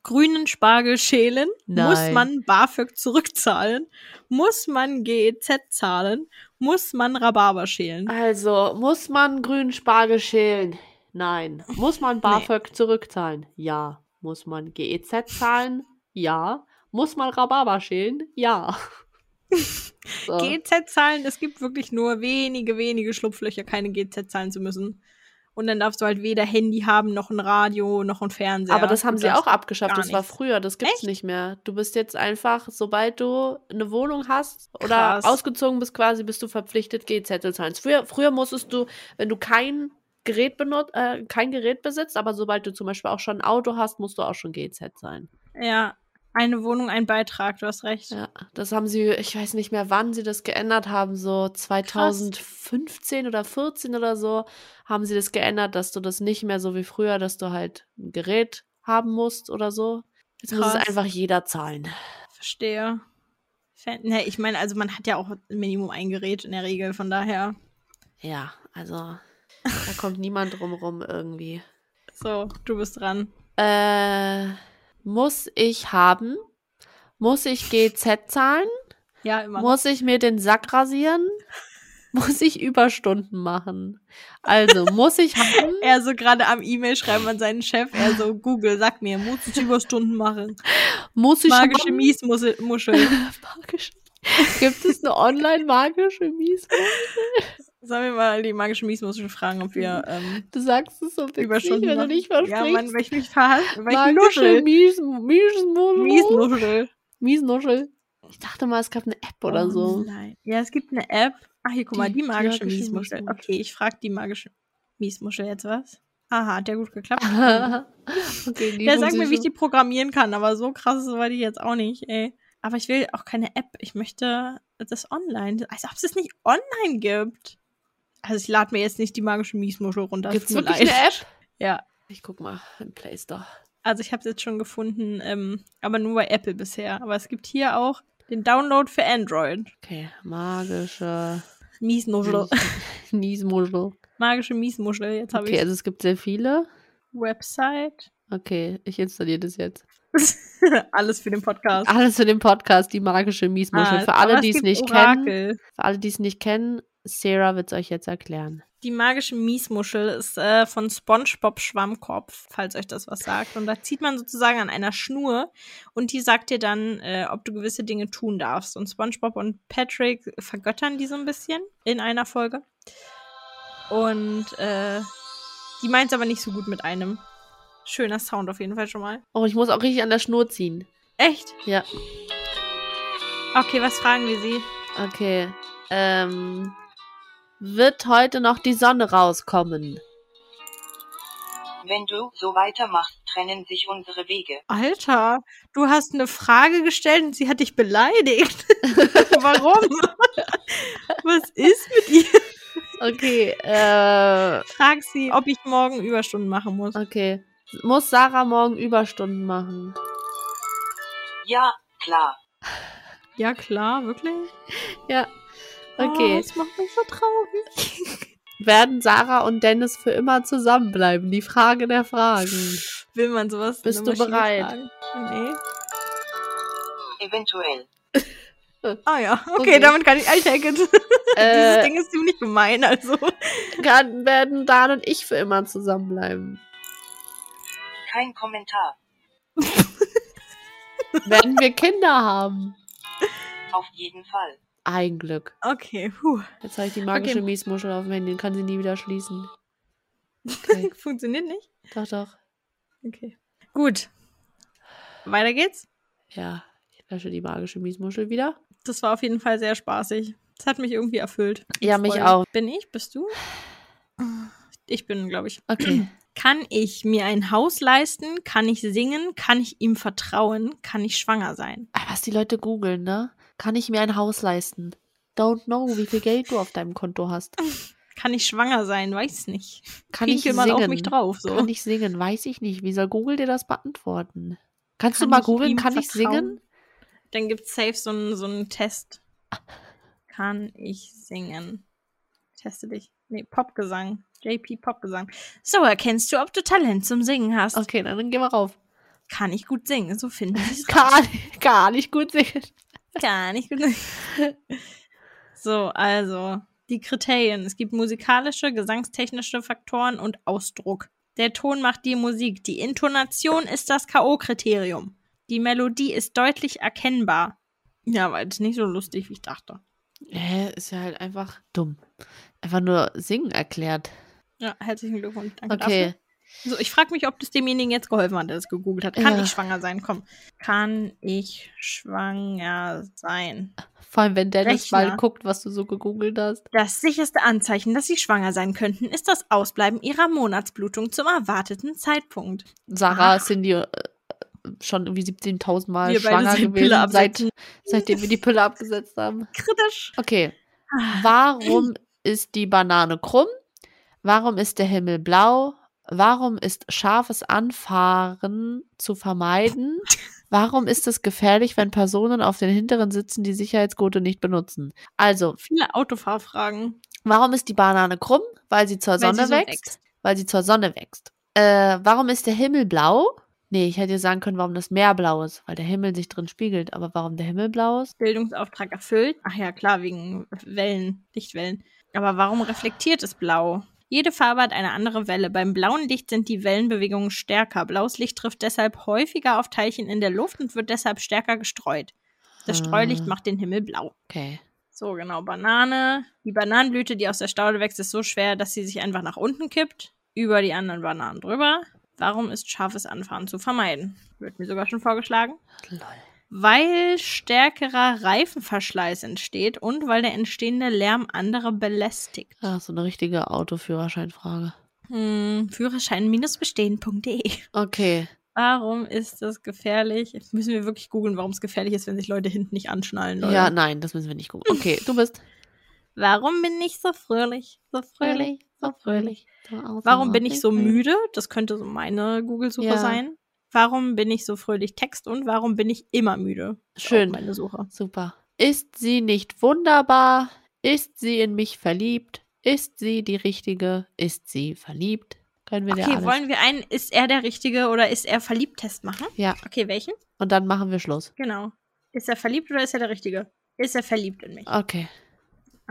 [SPEAKER 1] grünen Spargel schälen? Muss
[SPEAKER 2] Nein.
[SPEAKER 1] man BAföG zurückzahlen? Muss man GEZ zahlen? Muss man Rhabarber schälen?
[SPEAKER 2] Also, muss man grünen Spargel schälen? Nein. Muss man BAföG zurückzahlen? Ja. Muss man GEZ zahlen? Ja. Muss man Rhabarber schälen? Ja. so.
[SPEAKER 1] GEZ E zahlen, es gibt wirklich nur wenige, wenige Schlupflöcher, keine GEZ zahlen zu müssen. Und dann darfst du halt weder Handy haben, noch ein Radio, noch ein Fernseher.
[SPEAKER 2] Aber das haben
[SPEAKER 1] Du
[SPEAKER 2] sie auch
[SPEAKER 1] darfst-
[SPEAKER 2] abgeschafft.
[SPEAKER 1] gar
[SPEAKER 2] Das war
[SPEAKER 1] nichts.
[SPEAKER 2] früher, das gibt's
[SPEAKER 1] Echt?
[SPEAKER 2] nicht mehr. Du bist jetzt einfach, sobald du eine Wohnung hast oder
[SPEAKER 1] Krass.
[SPEAKER 2] ausgezogen bist, quasi bist du verpflichtet, GZ zu zahlen. Früher, früher musstest du, wenn du kein Gerät benutzt, äh, kein Gerät besitzt, aber sobald du zum Beispiel auch schon ein Auto hast, musst du auch schon GZ zahlen.
[SPEAKER 1] Ja, eine Wohnung, ein Beitrag, du hast recht.
[SPEAKER 2] Ja, das haben sie, ich weiß nicht mehr, wann sie das geändert haben, so 2015 oder 14 oder so, haben sie das geändert, dass du das nicht mehr so wie früher, dass du halt ein Gerät haben musst oder so. Jetzt muss
[SPEAKER 1] Krass.
[SPEAKER 2] Also es einfach jeder zahlen.
[SPEAKER 1] Verstehe. Fan- Ne, ich meine, also man hat ja auch Minimum ein Gerät in der Regel, von daher.
[SPEAKER 2] Ja, also da kommt niemand drum rum irgendwie.
[SPEAKER 1] So, du bist dran.
[SPEAKER 2] Äh, muss ich haben? Muss ich GZ zahlen?
[SPEAKER 1] Ja, immer.
[SPEAKER 2] Muss ich mir den Sack rasieren? Muss ich Überstunden machen? Also, muss ich haben?
[SPEAKER 1] er so gerade am E-Mail schreiben an seinen Chef, er so, Google, sag mir, muss ich Überstunden machen?
[SPEAKER 2] Muss ich
[SPEAKER 1] Magische
[SPEAKER 2] haben?
[SPEAKER 1] Miesmuschel. Muschel.
[SPEAKER 2] Magische. Gibt es eine online-magische Miesmuschel?
[SPEAKER 1] Sollen wir mal die magische Miesmuschel fragen, ob wir ähm,
[SPEAKER 2] Du sagst es so witzig,
[SPEAKER 1] Überstunden
[SPEAKER 2] wenn du
[SPEAKER 1] machen?
[SPEAKER 2] nicht
[SPEAKER 1] Ja, Mann,
[SPEAKER 2] versprichst.
[SPEAKER 1] weil ich mich verhasse. Weil ich
[SPEAKER 2] magische
[SPEAKER 1] Nuschel.
[SPEAKER 2] Mies- Miesmuschel.
[SPEAKER 1] Miesmuschel.
[SPEAKER 2] Miesmuschel. Ich dachte mal, es gab eine App oder
[SPEAKER 1] Oh
[SPEAKER 2] so.
[SPEAKER 1] Nein. Ja, es gibt eine App. Ach, hier, guck mal,
[SPEAKER 2] Die-
[SPEAKER 1] die
[SPEAKER 2] die
[SPEAKER 1] magische,
[SPEAKER 2] magische
[SPEAKER 1] Miesmuschel.
[SPEAKER 2] Miesmuschel.
[SPEAKER 1] Okay, ich frage die magische Miesmuschel jetzt was. Aha, hat der gut geklappt?
[SPEAKER 2] okay, die
[SPEAKER 1] Der sagt mir,
[SPEAKER 2] Musik-
[SPEAKER 1] wie ich die programmieren kann, aber so krass war die jetzt auch nicht, ey. Aber ich will auch keine App. Ich möchte das online. Als ob es das nicht online gibt. Also ich lade mir jetzt nicht die magische Miesmuschel runter.
[SPEAKER 2] Gibt's
[SPEAKER 1] tut mir
[SPEAKER 2] wirklich
[SPEAKER 1] leid.
[SPEAKER 2] eine App?
[SPEAKER 1] Ja.
[SPEAKER 2] Ich guck mal im Play Store.
[SPEAKER 1] Also ich habe es jetzt schon gefunden, ähm, aber nur bei Apple bisher. Aber es gibt hier auch den Download für Android.
[SPEAKER 2] Okay, magische
[SPEAKER 1] Miesmuschel.
[SPEAKER 2] Niesmuschel.
[SPEAKER 1] Magische Miesmuschel. Jetzt habe
[SPEAKER 2] Okay,
[SPEAKER 1] ich
[SPEAKER 2] also es gibt sehr viele.
[SPEAKER 1] Website.
[SPEAKER 2] Okay, ich installiere das jetzt.
[SPEAKER 1] Alles für den Podcast.
[SPEAKER 2] Alles für den Podcast, die magische Miesmuschel.
[SPEAKER 1] Ah,
[SPEAKER 2] für
[SPEAKER 1] aber
[SPEAKER 2] alle, die es
[SPEAKER 1] gibt
[SPEAKER 2] nicht kennen.
[SPEAKER 1] Orakel.
[SPEAKER 2] Für alle, die es nicht kennen, Sarah wird es euch jetzt erklären.
[SPEAKER 1] Die magische Miesmuschel ist äh, von SpongeBob Schwammkopf, falls euch das was sagt. Und da zieht man sozusagen an einer Schnur und die sagt dir dann, äh, ob du gewisse Dinge tun darfst. Und SpongeBob und Patrick vergöttern die so ein bisschen in einer Folge. Und äh, die meint es aber nicht so gut mit einem. Schöner Sound auf jeden Fall schon mal.
[SPEAKER 2] Oh, ich muss auch richtig an der Schnur ziehen.
[SPEAKER 1] Echt?
[SPEAKER 2] Ja,
[SPEAKER 1] Okay, was fragen wir sie?
[SPEAKER 2] okay. Ähm, wird heute noch die Sonne rauskommen?
[SPEAKER 3] Wenn du so weitermachst, trennen sich unsere Wege.
[SPEAKER 1] Alter, du hast eine Frage gestellt und sie hat dich beleidigt. Warum? Was ist mit ihr?
[SPEAKER 2] Okay, äh,
[SPEAKER 1] Frag sie, ob ich morgen Überstunden machen muss.
[SPEAKER 2] okay. Muss Sarah morgen Überstunden machen?
[SPEAKER 3] Ja, klar.
[SPEAKER 1] Ja, klar, wirklich?
[SPEAKER 2] Ja.
[SPEAKER 1] Oh,
[SPEAKER 2] Okay.
[SPEAKER 1] das macht mich so traurig.
[SPEAKER 2] Werden Sarah und Dennis für immer zusammenbleiben? Die Frage der Fragen.
[SPEAKER 1] Will man sowas?
[SPEAKER 2] Bist
[SPEAKER 1] eine
[SPEAKER 2] du
[SPEAKER 1] Maschine
[SPEAKER 2] bereit?
[SPEAKER 1] Fragen? Nee.
[SPEAKER 3] Eventuell.
[SPEAKER 1] Ah ja, okay,
[SPEAKER 2] Okay.
[SPEAKER 1] damit kann ich, I take it. Dieses
[SPEAKER 2] äh,
[SPEAKER 1] Ding ist ziemlich gemein, also.
[SPEAKER 2] kann, werden Dan und ich für immer zusammenbleiben?
[SPEAKER 3] Kein Kommentar.
[SPEAKER 2] Werden wir Kinder haben?
[SPEAKER 3] Auf jeden Fall.
[SPEAKER 2] Ein Glück.
[SPEAKER 1] Okay, puh.
[SPEAKER 2] Jetzt habe ich die magische
[SPEAKER 1] Okay.
[SPEAKER 2] Miesmuschel auf dem Handy und kann sie nie wieder schließen. Okay.
[SPEAKER 1] Funktioniert nicht?
[SPEAKER 2] doch, doch.
[SPEAKER 1] Okay. Gut. Weiter geht's.
[SPEAKER 2] Ja, ich lösche die magische Miesmuschel wieder.
[SPEAKER 1] Das war auf jeden Fall sehr spaßig. Das hat mich irgendwie erfüllt.
[SPEAKER 2] Ja, mich
[SPEAKER 1] Freude.
[SPEAKER 2] auch.
[SPEAKER 1] Bin ich? Bist du? Ich bin, glaube ich.
[SPEAKER 2] Okay.
[SPEAKER 1] Kann ich mir ein Haus leisten? Kann ich singen? Kann ich ihm vertrauen? Kann ich schwanger sein?
[SPEAKER 2] Aber Ah, was die Leute googeln, ne? Kann ich mir ein Haus leisten? Don't know, wie viel Geld du auf deinem Konto hast.
[SPEAKER 1] Kann ich schwanger sein? Weiß nicht.
[SPEAKER 2] Kann ich
[SPEAKER 1] Pinkel
[SPEAKER 2] singen?
[SPEAKER 1] mal auf mich drauf. So.
[SPEAKER 2] Kann ich singen? Weiß ich nicht. Wie soll Google dir das beantworten? Kannst
[SPEAKER 1] Kann
[SPEAKER 2] du mal
[SPEAKER 1] ich
[SPEAKER 2] googeln,
[SPEAKER 1] ihm
[SPEAKER 2] kann ich singen?
[SPEAKER 1] vertrauen? Dann gibt's safe so einen so einen Test. Kann ich singen? Teste dich. Nee, Popgesang. JP Popgesang. So erkennst du, ob du Talent zum Singen hast.
[SPEAKER 2] Okay, dann gehen wir rauf.
[SPEAKER 1] Kann ich gut singen, so finden sie es raus.
[SPEAKER 2] Gar, gar nicht gut singen.
[SPEAKER 1] Gar nicht gut singen. So, also, die Kriterien. Es gibt musikalische, gesangstechnische Faktoren und Ausdruck. Der Ton macht die Musik. Die Intonation ist das K.O.-Kriterium. Die Melodie ist deutlich erkennbar. Ja, war jetzt nicht so lustig, wie ich dachte.
[SPEAKER 2] Hä, ist ja halt einfach dumm. Einfach nur singen erklärt.
[SPEAKER 1] Ja, herzlichen Glückwunsch. Danke
[SPEAKER 2] Okay.
[SPEAKER 1] dafür. So, ich frage mich, ob das demjenigen jetzt geholfen hat, der das gegoogelt hat. Kann
[SPEAKER 2] Ja.
[SPEAKER 1] ich schwanger sein? Komm. Kann ich schwanger sein?
[SPEAKER 2] Vor allem, wenn Dennis mal
[SPEAKER 1] Rechner.
[SPEAKER 2] guckt, was du so gegoogelt hast.
[SPEAKER 1] Das sicherste Anzeichen, dass sie schwanger sein könnten, ist das Ausbleiben ihrer Monatsblutung zum erwarteten Zeitpunkt.
[SPEAKER 2] Sarah,
[SPEAKER 1] Ah.
[SPEAKER 2] Cindy, äh, schon irgendwie 17.000 Mal
[SPEAKER 1] Wir beide
[SPEAKER 2] schwanger
[SPEAKER 1] sind
[SPEAKER 2] gewesen,
[SPEAKER 1] Pille
[SPEAKER 2] seit,
[SPEAKER 1] absetzen.
[SPEAKER 2] seitdem wir die Pille abgesetzt haben.
[SPEAKER 1] Kritisch.
[SPEAKER 2] Okay,
[SPEAKER 1] Ah,
[SPEAKER 2] warum ist die Banane krumm? Warum ist der Himmel blau? Warum ist scharfes Anfahren zu vermeiden? Warum ist es gefährlich, wenn Personen auf den hinteren Sitzen die Sicherheitsgurte nicht benutzen? Also,
[SPEAKER 1] Viele Autofahrfragen.
[SPEAKER 2] warum ist die Banane krumm? Weil sie zur
[SPEAKER 1] Weil sie
[SPEAKER 2] Sonne
[SPEAKER 1] so
[SPEAKER 2] wächst? Weil sie zur Sonne wächst. Äh, warum ist der Himmel blau? Nee, ich hätte dir sagen können, warum das Meer blau ist, weil der Himmel sich drin spiegelt. Aber warum der Himmel blau ist?
[SPEAKER 1] Bildungsauftrag erfüllt. Ach ja, klar, wegen Wellen, Lichtwellen. Aber warum reflektiert es blau? Jede Farbe hat eine andere Welle. Beim blauen Licht sind die Wellenbewegungen stärker. Blaues Licht trifft deshalb häufiger auf Teilchen in der Luft und wird deshalb stärker gestreut. Das
[SPEAKER 2] Ah.
[SPEAKER 1] Streulicht macht den Himmel blau.
[SPEAKER 2] Okay.
[SPEAKER 1] So, genau, Banane. Die Bananenblüte, die aus der Staude wächst, ist so schwer, dass sie sich einfach nach unten kippt, über die anderen Bananen drüber. Warum ist scharfes Anfahren zu vermeiden? Wird mir sogar schon vorgeschlagen.
[SPEAKER 2] Lol.
[SPEAKER 1] Weil stärkerer Reifenverschleiß entsteht und weil der entstehende Lärm andere belästigt.
[SPEAKER 2] Ach, Ah, so eine richtige Autoführerscheinfrage.
[SPEAKER 1] Hm, Führerschein-bestehen.de
[SPEAKER 2] Okay.
[SPEAKER 1] Warum ist das gefährlich? Jetzt müssen wir wirklich googeln, warum es gefährlich ist, wenn sich Leute hinten nicht anschnallen. Leute.
[SPEAKER 2] Ja, nein, das müssen wir nicht gucken. Okay, du bist
[SPEAKER 1] Warum bin ich so fröhlich? So fröhlich, so fröhlich. Warum bin ich so müde? Das könnte so meine Google-Suche
[SPEAKER 2] Ja.
[SPEAKER 1] sein. Warum bin ich so fröhlich Text und warum bin ich immer müde? Ist auch
[SPEAKER 2] Schön.
[SPEAKER 1] Meine Suche.
[SPEAKER 2] Super. Ist sie nicht wunderbar? Ist sie in mich verliebt? Ist sie die richtige? Ist sie verliebt? Können wir dir
[SPEAKER 1] Okay,
[SPEAKER 2] alles.
[SPEAKER 1] wollen wir einen, ist er der Richtige oder ist er verliebt-Test machen?
[SPEAKER 2] Ja.
[SPEAKER 1] Okay, welchen?
[SPEAKER 2] Und dann machen wir Schluss.
[SPEAKER 1] Genau. Ist er verliebt oder ist er der Richtige? Ist er verliebt in mich?
[SPEAKER 2] Okay.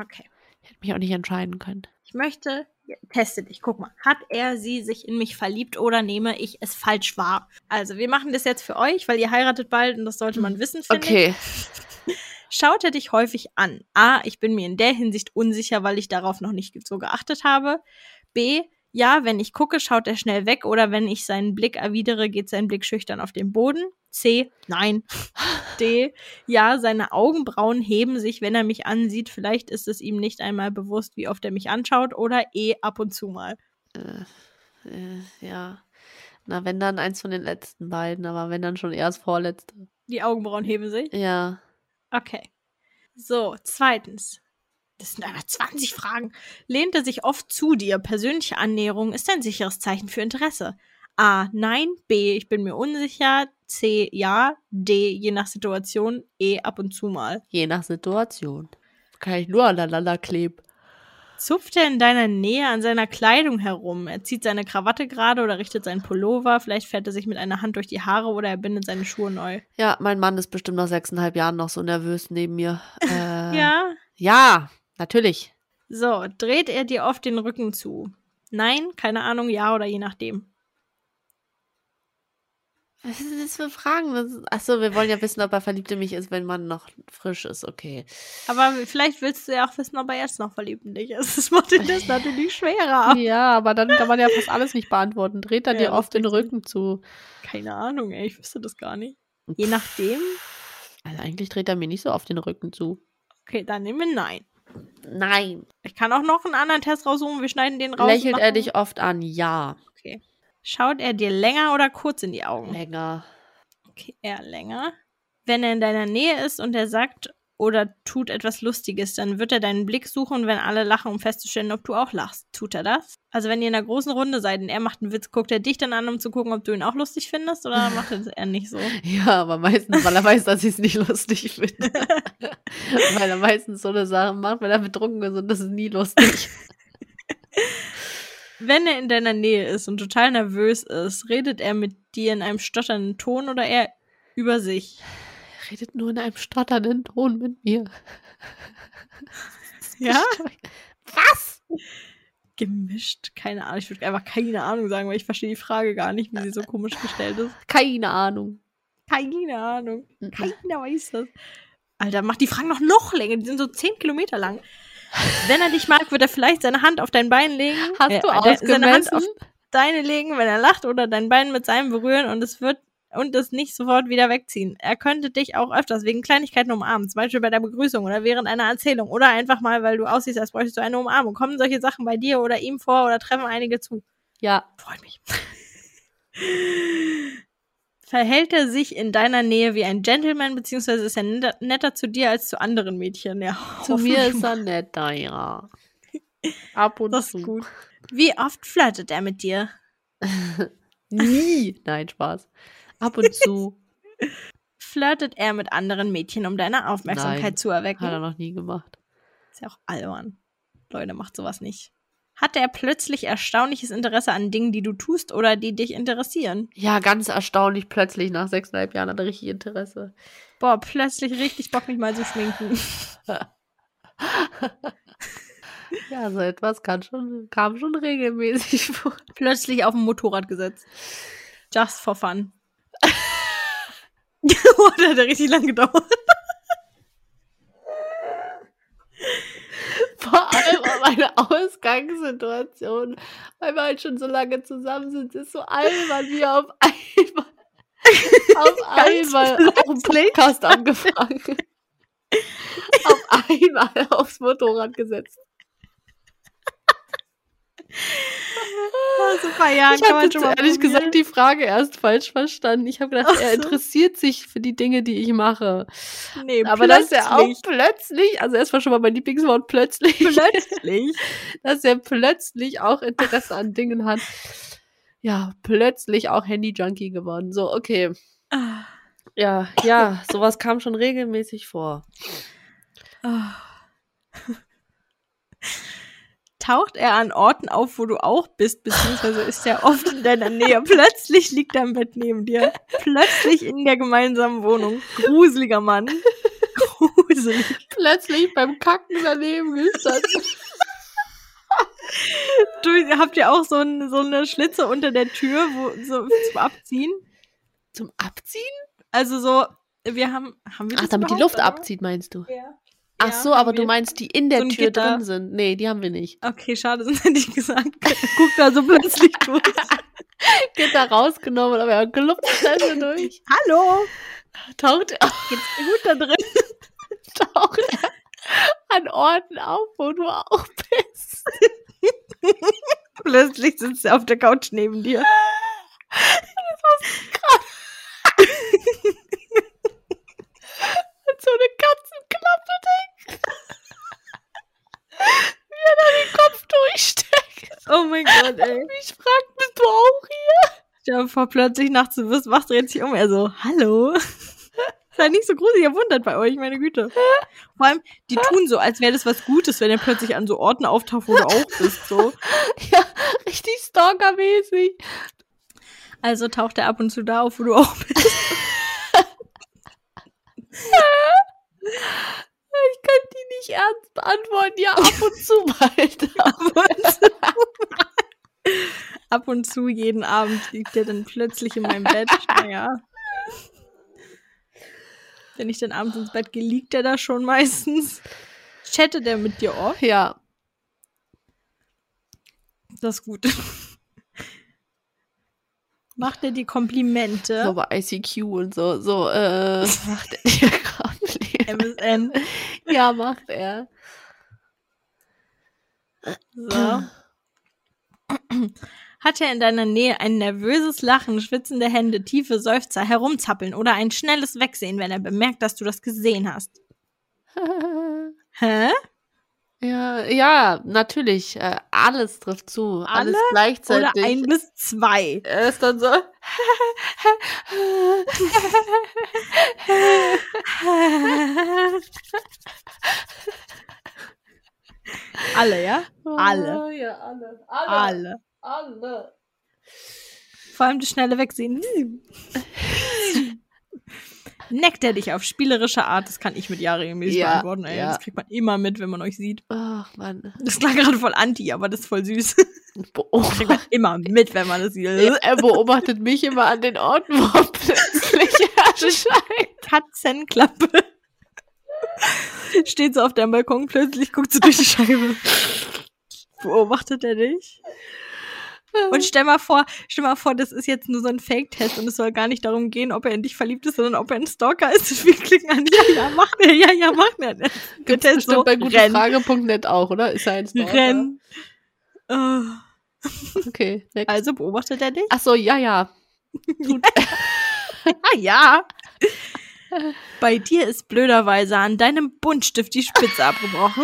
[SPEAKER 1] Okay.
[SPEAKER 2] Ich hätte mich auch nicht entscheiden können.
[SPEAKER 1] Ich möchte, ja, teste dich, guck mal. Hat er sie sich in mich verliebt oder nehme ich es falsch wahr? Also, wir machen das jetzt für euch, weil ihr heiratet bald und das sollte man wissen, finde ich.
[SPEAKER 2] Hm. Okay.
[SPEAKER 1] Schaut er dich häufig an? A. Ich bin mir in der Hinsicht unsicher, weil ich darauf noch nicht so geachtet habe. B. Ja, wenn ich gucke, schaut er schnell weg oder wenn ich seinen Blick erwidere, geht sein Blick schüchtern auf den Boden. C. Nein. D. Ja, seine Augenbrauen heben sich, wenn er mich ansieht. Vielleicht ist es ihm nicht einmal bewusst, wie oft er mich anschaut. Oder E. Ab und zu mal.
[SPEAKER 2] Äh, äh, ja. Na, wenn dann eins von den letzten beiden, aber wenn dann schon eher das vorletzte.
[SPEAKER 1] Die Augenbrauen heben sich.
[SPEAKER 2] Ja.
[SPEAKER 1] Okay. So, zweitens. Das sind aber 20 Fragen. Lehnt er sich oft zu dir? Persönliche Annäherung ist ein sicheres Zeichen für Interesse. A. Nein. B. Ich bin mir unsicher. C. Ja. D. Je nach Situation. E. Ab und zu mal.
[SPEAKER 2] Je nach Situation. Kann ich nur aneinander kleben.
[SPEAKER 1] Zupft er in deiner Nähe an seiner Kleidung herum? Er zieht seine Krawatte gerade oder richtet seinen Pullover. Vielleicht fährt er sich mit einer Hand durch die Haare oder er bindet seine Schuhe neu.
[SPEAKER 2] Ja, mein Mann ist bestimmt nach sechseinhalb Jahren noch so nervös neben mir. Äh,
[SPEAKER 1] Ja.
[SPEAKER 2] Ja, natürlich.
[SPEAKER 1] So, dreht er dir oft den Rücken zu? Nein, keine Ahnung, ja oder je nachdem.
[SPEAKER 2] Was sind das für Fragen? Das ist- Ach so, wir wollen ja wissen, ob er verliebt in mich ist, wenn man noch frisch ist. Okay.
[SPEAKER 1] Aber vielleicht willst du ja auch wissen, ob er jetzt noch verliebt in dich ist. Das macht dir das natürlich schwerer.
[SPEAKER 2] Ja, aber dann kann man ja fast alles nicht beantworten. Dreht er
[SPEAKER 1] Ja,
[SPEAKER 2] dir
[SPEAKER 1] das
[SPEAKER 2] oft den Rücken zu.
[SPEAKER 1] Keine Ahnung, ey, ich wüsste das gar nicht. Je nachdem.
[SPEAKER 2] Also eigentlich dreht er mir nicht so oft den Rücken zu.
[SPEAKER 1] Okay, dann nehmen wir Nein.
[SPEAKER 2] Nein.
[SPEAKER 1] Ich kann auch noch einen anderen Test raussuchen, wir schneiden den raus. und
[SPEAKER 2] Lächelt er
[SPEAKER 1] machen-
[SPEAKER 2] dich oft an? Ja.
[SPEAKER 1] Okay. Schaut er dir länger oder kurz in die
[SPEAKER 2] Oh.
[SPEAKER 1] Augen?
[SPEAKER 2] Länger.
[SPEAKER 1] Okay, eher länger. Wenn er in deiner Nähe ist und er sagt oder tut etwas Lustiges, dann wird er deinen Blick suchen, wenn alle lachen, um festzustellen, ob du auch lachst. Tut er das? Also wenn ihr in einer großen Runde seid und er macht einen Witz, guckt er dich dann an, um zu gucken, ob du ihn auch lustig findest oder macht es er nicht so?
[SPEAKER 2] Ja, aber meistens, weil er weiß, dass ich es nicht lustig finde. weil er meistens so eine Sache macht, wenn er betrunken ist und das ist nie lustig.
[SPEAKER 1] Wenn er in deiner Nähe ist und total nervös ist, redet er mit dir in einem stotternden Ton oder eher über sich?
[SPEAKER 2] Er redet nur in einem stotternden Ton mit mir.
[SPEAKER 1] Ja?
[SPEAKER 2] Was?
[SPEAKER 1] Gemischt? Keine Ahnung. Ich würde einfach keine Ahnung sagen, weil ich verstehe die Frage gar nicht, wie sie so komisch gestellt ist.
[SPEAKER 2] Keine Ahnung.
[SPEAKER 1] Keine Ahnung. Keiner weiß das. Alter, mach die Fragen noch noch länger. Die sind so 10 Kilometer lang. Wenn er dich mag, wird er vielleicht seine Hand auf dein Bein legen.
[SPEAKER 2] Hast
[SPEAKER 1] Äh,
[SPEAKER 2] du
[SPEAKER 1] de- Seine Hand
[SPEAKER 2] ausgemessen?
[SPEAKER 1] auf deine legen, wenn er lacht oder dein Bein mit seinem berühren und es wird und es nicht sofort wieder wegziehen. Er könnte dich auch öfters wegen Kleinigkeiten umarmen, zum Beispiel bei der Begrüßung oder während einer Erzählung oder einfach mal, weil du aussiehst, als bräuchtest du eine Umarmung. Kommen solche Sachen bei dir oder ihm vor oder treffen einige zu?
[SPEAKER 2] Ja.
[SPEAKER 1] Freut mich. Verhält er sich in deiner Nähe wie ein Gentleman, beziehungsweise ist er netter, netter zu dir als zu anderen Mädchen? Ja,
[SPEAKER 2] Zu mir
[SPEAKER 1] hoffentlich
[SPEAKER 2] ist er netter, ja. Ab und
[SPEAKER 1] das
[SPEAKER 2] zu.
[SPEAKER 1] ist gut. Wie oft flirtet er mit dir?
[SPEAKER 2] Nie. Nein, Spaß. Ab und zu.
[SPEAKER 1] Flirtet er mit anderen Mädchen, um deine Aufmerksamkeit
[SPEAKER 2] Nein.
[SPEAKER 1] zu erwecken?
[SPEAKER 2] Hat er noch nie gemacht.
[SPEAKER 1] Ist ja auch albern. Leute, macht sowas nicht. Hat er plötzlich erstaunliches Interesse an Dingen, die du tust oder die dich interessieren?
[SPEAKER 2] Ja, ganz erstaunlich. Plötzlich nach sechseinhalb Jahren hat er richtig Interesse.
[SPEAKER 1] Boah, plötzlich richtig Bock, mich mal zu schminken.
[SPEAKER 2] Ja, so etwas kann schon, kam schon regelmäßig vor.
[SPEAKER 1] plötzlich auf dem Motorrad gesetzt. Just for fun. oh, das hat ja richtig lang gedauert.
[SPEAKER 2] Vor allem um eine Ausgangssituation, weil wir halt schon so lange zusammen sind, ist so albern, wie er auf einmal, auf
[SPEAKER 1] Ganz
[SPEAKER 2] einmal auch einen Podcast angefangen. auf einmal aufs Motorrad gesetzt.
[SPEAKER 1] Vor so ein paar Jahren
[SPEAKER 2] ich habe ehrlich gesagt die Frage erst falsch verstanden. Ich habe gedacht,
[SPEAKER 1] Ach
[SPEAKER 2] er
[SPEAKER 1] so.
[SPEAKER 2] interessiert sich für die Dinge, die ich mache.
[SPEAKER 1] nee,
[SPEAKER 2] Aber dass er auch plötzlich, also erstmal schon mal mein Lieblingswort plötzlich,
[SPEAKER 1] plötzlich.
[SPEAKER 2] dass er plötzlich auch Interesse an Dingen hat. Ja, plötzlich auch Handy-Junkie geworden. So, okay.
[SPEAKER 1] Ah,
[SPEAKER 2] Ja, ja, sowas kam schon regelmäßig vor.
[SPEAKER 1] ah. Taucht er an Orten auf, wo du auch bist, beziehungsweise ist er oft in deiner Nähe. Plötzlich liegt er im Bett neben dir. Plötzlich in der gemeinsamen Wohnung. Gruseliger Mann. Gruselig.
[SPEAKER 2] Plötzlich beim Kacken daneben gestanden.
[SPEAKER 1] Du, habt ihr auch so, ein, so eine Schlitze unter der Tür wo, so, zum Abziehen?
[SPEAKER 2] Zum Abziehen?
[SPEAKER 1] Also so, wir haben, haben wir
[SPEAKER 2] Ach,
[SPEAKER 1] das
[SPEAKER 2] damit die
[SPEAKER 1] überhaupt,
[SPEAKER 2] Luft
[SPEAKER 1] oder?
[SPEAKER 2] abzieht, meinst du?
[SPEAKER 1] Ja.
[SPEAKER 2] Ach
[SPEAKER 1] Ja,
[SPEAKER 2] so, aber
[SPEAKER 1] haben
[SPEAKER 2] du
[SPEAKER 1] wir.
[SPEAKER 2] meinst, die in der
[SPEAKER 1] So ein
[SPEAKER 2] Tür
[SPEAKER 1] Gitter.
[SPEAKER 2] drin sind. Nee, die haben wir nicht.
[SPEAKER 1] Okay, schade, sonst hätte ich gesagt, guck da so plötzlich durch.
[SPEAKER 2] Gitter rausgenommen, aber er klopft schnell durch.
[SPEAKER 1] Hallo,
[SPEAKER 2] Taucht,
[SPEAKER 1] geht's dir gut da drin?
[SPEAKER 2] taucht er an Orten auf, wo du auch bist.
[SPEAKER 1] Plötzlich sitzt er auf der Couch neben dir.
[SPEAKER 2] so eine Katzenklappe denkt. Wie er da den Kopf durchsteckt.
[SPEAKER 1] Oh mein Gott, ey.
[SPEAKER 2] Mich fragt, bist du auch hier?
[SPEAKER 1] Stell dir vor, plötzlich nachts, du wirst wach, dreht sich um. Er so, hallo. Ist ja nicht so gruselig, er wundert bei euch, meine Güte. Vor allem, die tun so, als wäre das was Gutes, wenn er plötzlich an so Orten auftaucht, wo du auch bist, so.
[SPEAKER 2] Ja, richtig stalkermäßig.
[SPEAKER 1] Also taucht er ab und zu da auf, wo du auch bist.
[SPEAKER 2] Ich kann die nicht ernst beantworten. Ja, ab und zu mal.
[SPEAKER 1] ab und zu. ab und zu jeden Abend liegt er dann plötzlich in meinem Bett. Naja. Wenn ich dann abends ins Bett gehe, liegt er da schon meistens. Chattet er mit dir oft?
[SPEAKER 2] Ja.
[SPEAKER 1] Das ist gut. Macht er dir Komplimente?
[SPEAKER 2] So bei ICQ und so. So, äh, macht er dir Komplimente?
[SPEAKER 1] MSN.
[SPEAKER 2] Ja, macht er.
[SPEAKER 1] So. Hat er in deiner Nähe ein nervöses Lachen, schwitzende Hände, tiefe Seufzer, herumzappeln oder ein schnelles Wegsehen, wenn er bemerkt, dass du das gesehen hast? Hä?
[SPEAKER 2] ja, ja, natürlich. Äh, alles trifft zu. Alles
[SPEAKER 1] Alle Oder
[SPEAKER 2] gleichzeitig.
[SPEAKER 1] ein bis zwei?
[SPEAKER 2] er ist dann so.
[SPEAKER 1] Alle, ja? Alle.
[SPEAKER 2] Oh, Ja, alle.
[SPEAKER 1] Alle.
[SPEAKER 2] alle.
[SPEAKER 1] Vor allem das schnelle Wegsehen. Neckt er dich auf spielerische Art, das kann ich mit ja regelmäßig
[SPEAKER 2] Ja,
[SPEAKER 1] beantworten, ey.
[SPEAKER 2] ja.
[SPEAKER 1] Das kriegt man immer mit, wenn man euch sieht.
[SPEAKER 2] Ach, Mann.
[SPEAKER 1] Das klang gerade voll anti, aber das ist voll süß.
[SPEAKER 2] Beobachtet,
[SPEAKER 1] immer mit, wenn man das sieht.
[SPEAKER 2] er beobachtet mich immer an den Orten, wo er plötzlich erscheint.
[SPEAKER 1] Katzenklappe. Steht so auf deinem Balkon, plötzlich guckt sie durch die Scheibe. Beobachtet er dich? Und stell mal vor, stell mal vor, das ist jetzt nur so ein Fake-Test und es soll gar nicht darum gehen, ob er in dich verliebt ist, sondern ob er ein Stalker ist. Wir klicken an, ja, ja, macht er, ja, ja, macht er. Der Test
[SPEAKER 2] Bestimmt
[SPEAKER 1] so,
[SPEAKER 2] bei gutefrage.net auch, oder? Ist er ein Stalker?
[SPEAKER 1] renn. Oh.
[SPEAKER 2] Okay, next.
[SPEAKER 1] Also beobachtet er dich?
[SPEAKER 2] Ach so, ja, ja.
[SPEAKER 1] Ah ja. Bei dir ist blöderweise an deinem Buntstift die Spitze abgebrochen.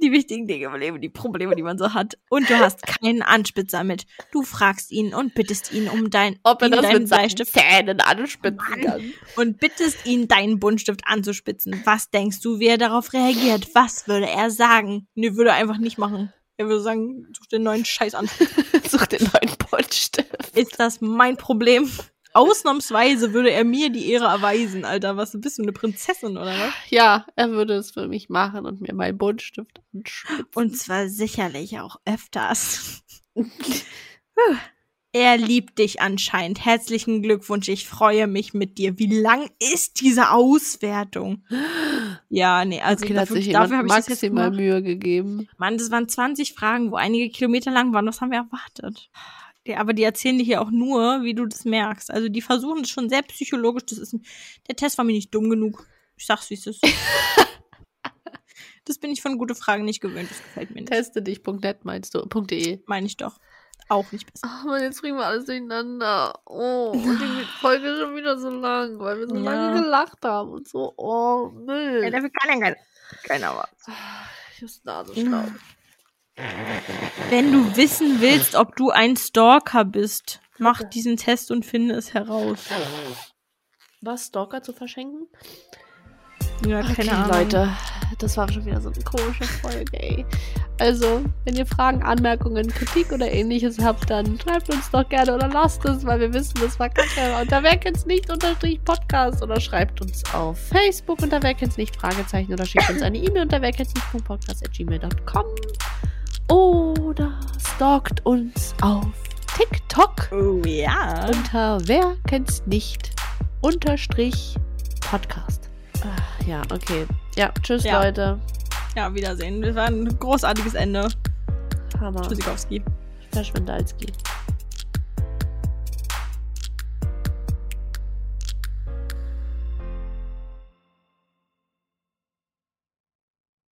[SPEAKER 1] Die wichtigen Dinge im Leben, die Probleme, die man so hat. Und du hast keinen Anspitzer mit. Du fragst ihn und bittest ihn um dein,
[SPEAKER 2] Ob er
[SPEAKER 1] ihn
[SPEAKER 2] das
[SPEAKER 1] deinen
[SPEAKER 2] mit seinen
[SPEAKER 1] Bleistift
[SPEAKER 2] Zähnen anspitzen kann.
[SPEAKER 1] und bittest ihn, deinen Buntstift anzuspitzen. Was denkst du, wie er darauf reagiert? Was würde er sagen? Nee, würde er einfach nicht machen. Er würde sagen, such den neuen Scheiß an.
[SPEAKER 2] Such den neuen Buntstift.
[SPEAKER 1] Ist das mein Problem? Ausnahmsweise würde er mir die Ehre erweisen, Alter. Was bist du, eine Prinzessin oder was?
[SPEAKER 2] Ja, er würde es für mich machen und mir meinen Buntstift anspitzen.
[SPEAKER 1] Und zwar sicherlich auch öfters. Puh. er liebt dich anscheinend. Herzlichen Glückwunsch. Ich freue mich mit dir. Wie lang ist diese Auswertung? Ja, nee, also
[SPEAKER 2] Okay, da hat
[SPEAKER 1] dafür,
[SPEAKER 2] sich jemand
[SPEAKER 1] dafür habe ich das jetzt
[SPEAKER 2] maximal
[SPEAKER 1] gemacht.
[SPEAKER 2] Mühe gegeben.
[SPEAKER 1] Mann, das waren 20 Fragen, wo einige Kilometer lang waren. Was haben wir erwartet? Die, aber die erzählen dir hier auch nur, wie du das merkst. Also die versuchen es schon sehr psychologisch. Das ist ein, der Test war mir nicht dumm genug. Ich sag's, wie es ist. das bin ich von gute Fragen nicht gewöhnt. Das gefällt mir nicht.
[SPEAKER 2] Teste dich.net meinst du? .de.
[SPEAKER 1] Meine ich doch. Auch nicht besser.
[SPEAKER 2] Ach man, jetzt kriegen wir alles durcheinander. Oh, und die Folge ist schon wieder so lang, weil wir so
[SPEAKER 1] Ja.
[SPEAKER 2] lange gelacht haben und so. Oh, Müll.
[SPEAKER 1] dafür kann ja keiner was.
[SPEAKER 2] ich muss Nase schnauben.
[SPEAKER 1] Wenn du wissen willst, ob du ein Stalker bist, mach diesen Test und finde es heraus.
[SPEAKER 2] Was, Stalker zu verschenken?
[SPEAKER 1] Ja,
[SPEAKER 2] Okay,
[SPEAKER 1] keine Ahnung.
[SPEAKER 2] Leute, das war schon wieder so eine komische Folge, ey. Also, wenn ihr Fragen, Anmerkungen, Kritik oder ähnliches habt, dann schreibt uns doch gerne oder lasst es, weil wir wissen, das war kacke. Unter Wer kennt's nicht unterstrich Podcast oder schreibt uns auf Facebook unter Wer kennt's nicht Fragezeichen oder schickt uns eine E-Mail unter Wer kennt's nicht Podcast at gmail.com oder stalkt uns auf TikTok
[SPEAKER 1] Oh ja.
[SPEAKER 2] unter Wer kennt's nicht? Unterstrich Podcast. Ah, Ja, okay. Ja, tschüss,
[SPEAKER 1] Ja.
[SPEAKER 2] Leute.
[SPEAKER 1] Ja, Wiedersehen. Das war ein großartiges Ende.
[SPEAKER 2] Hammer.
[SPEAKER 1] Tschüssikowski.
[SPEAKER 2] Verschwindalski.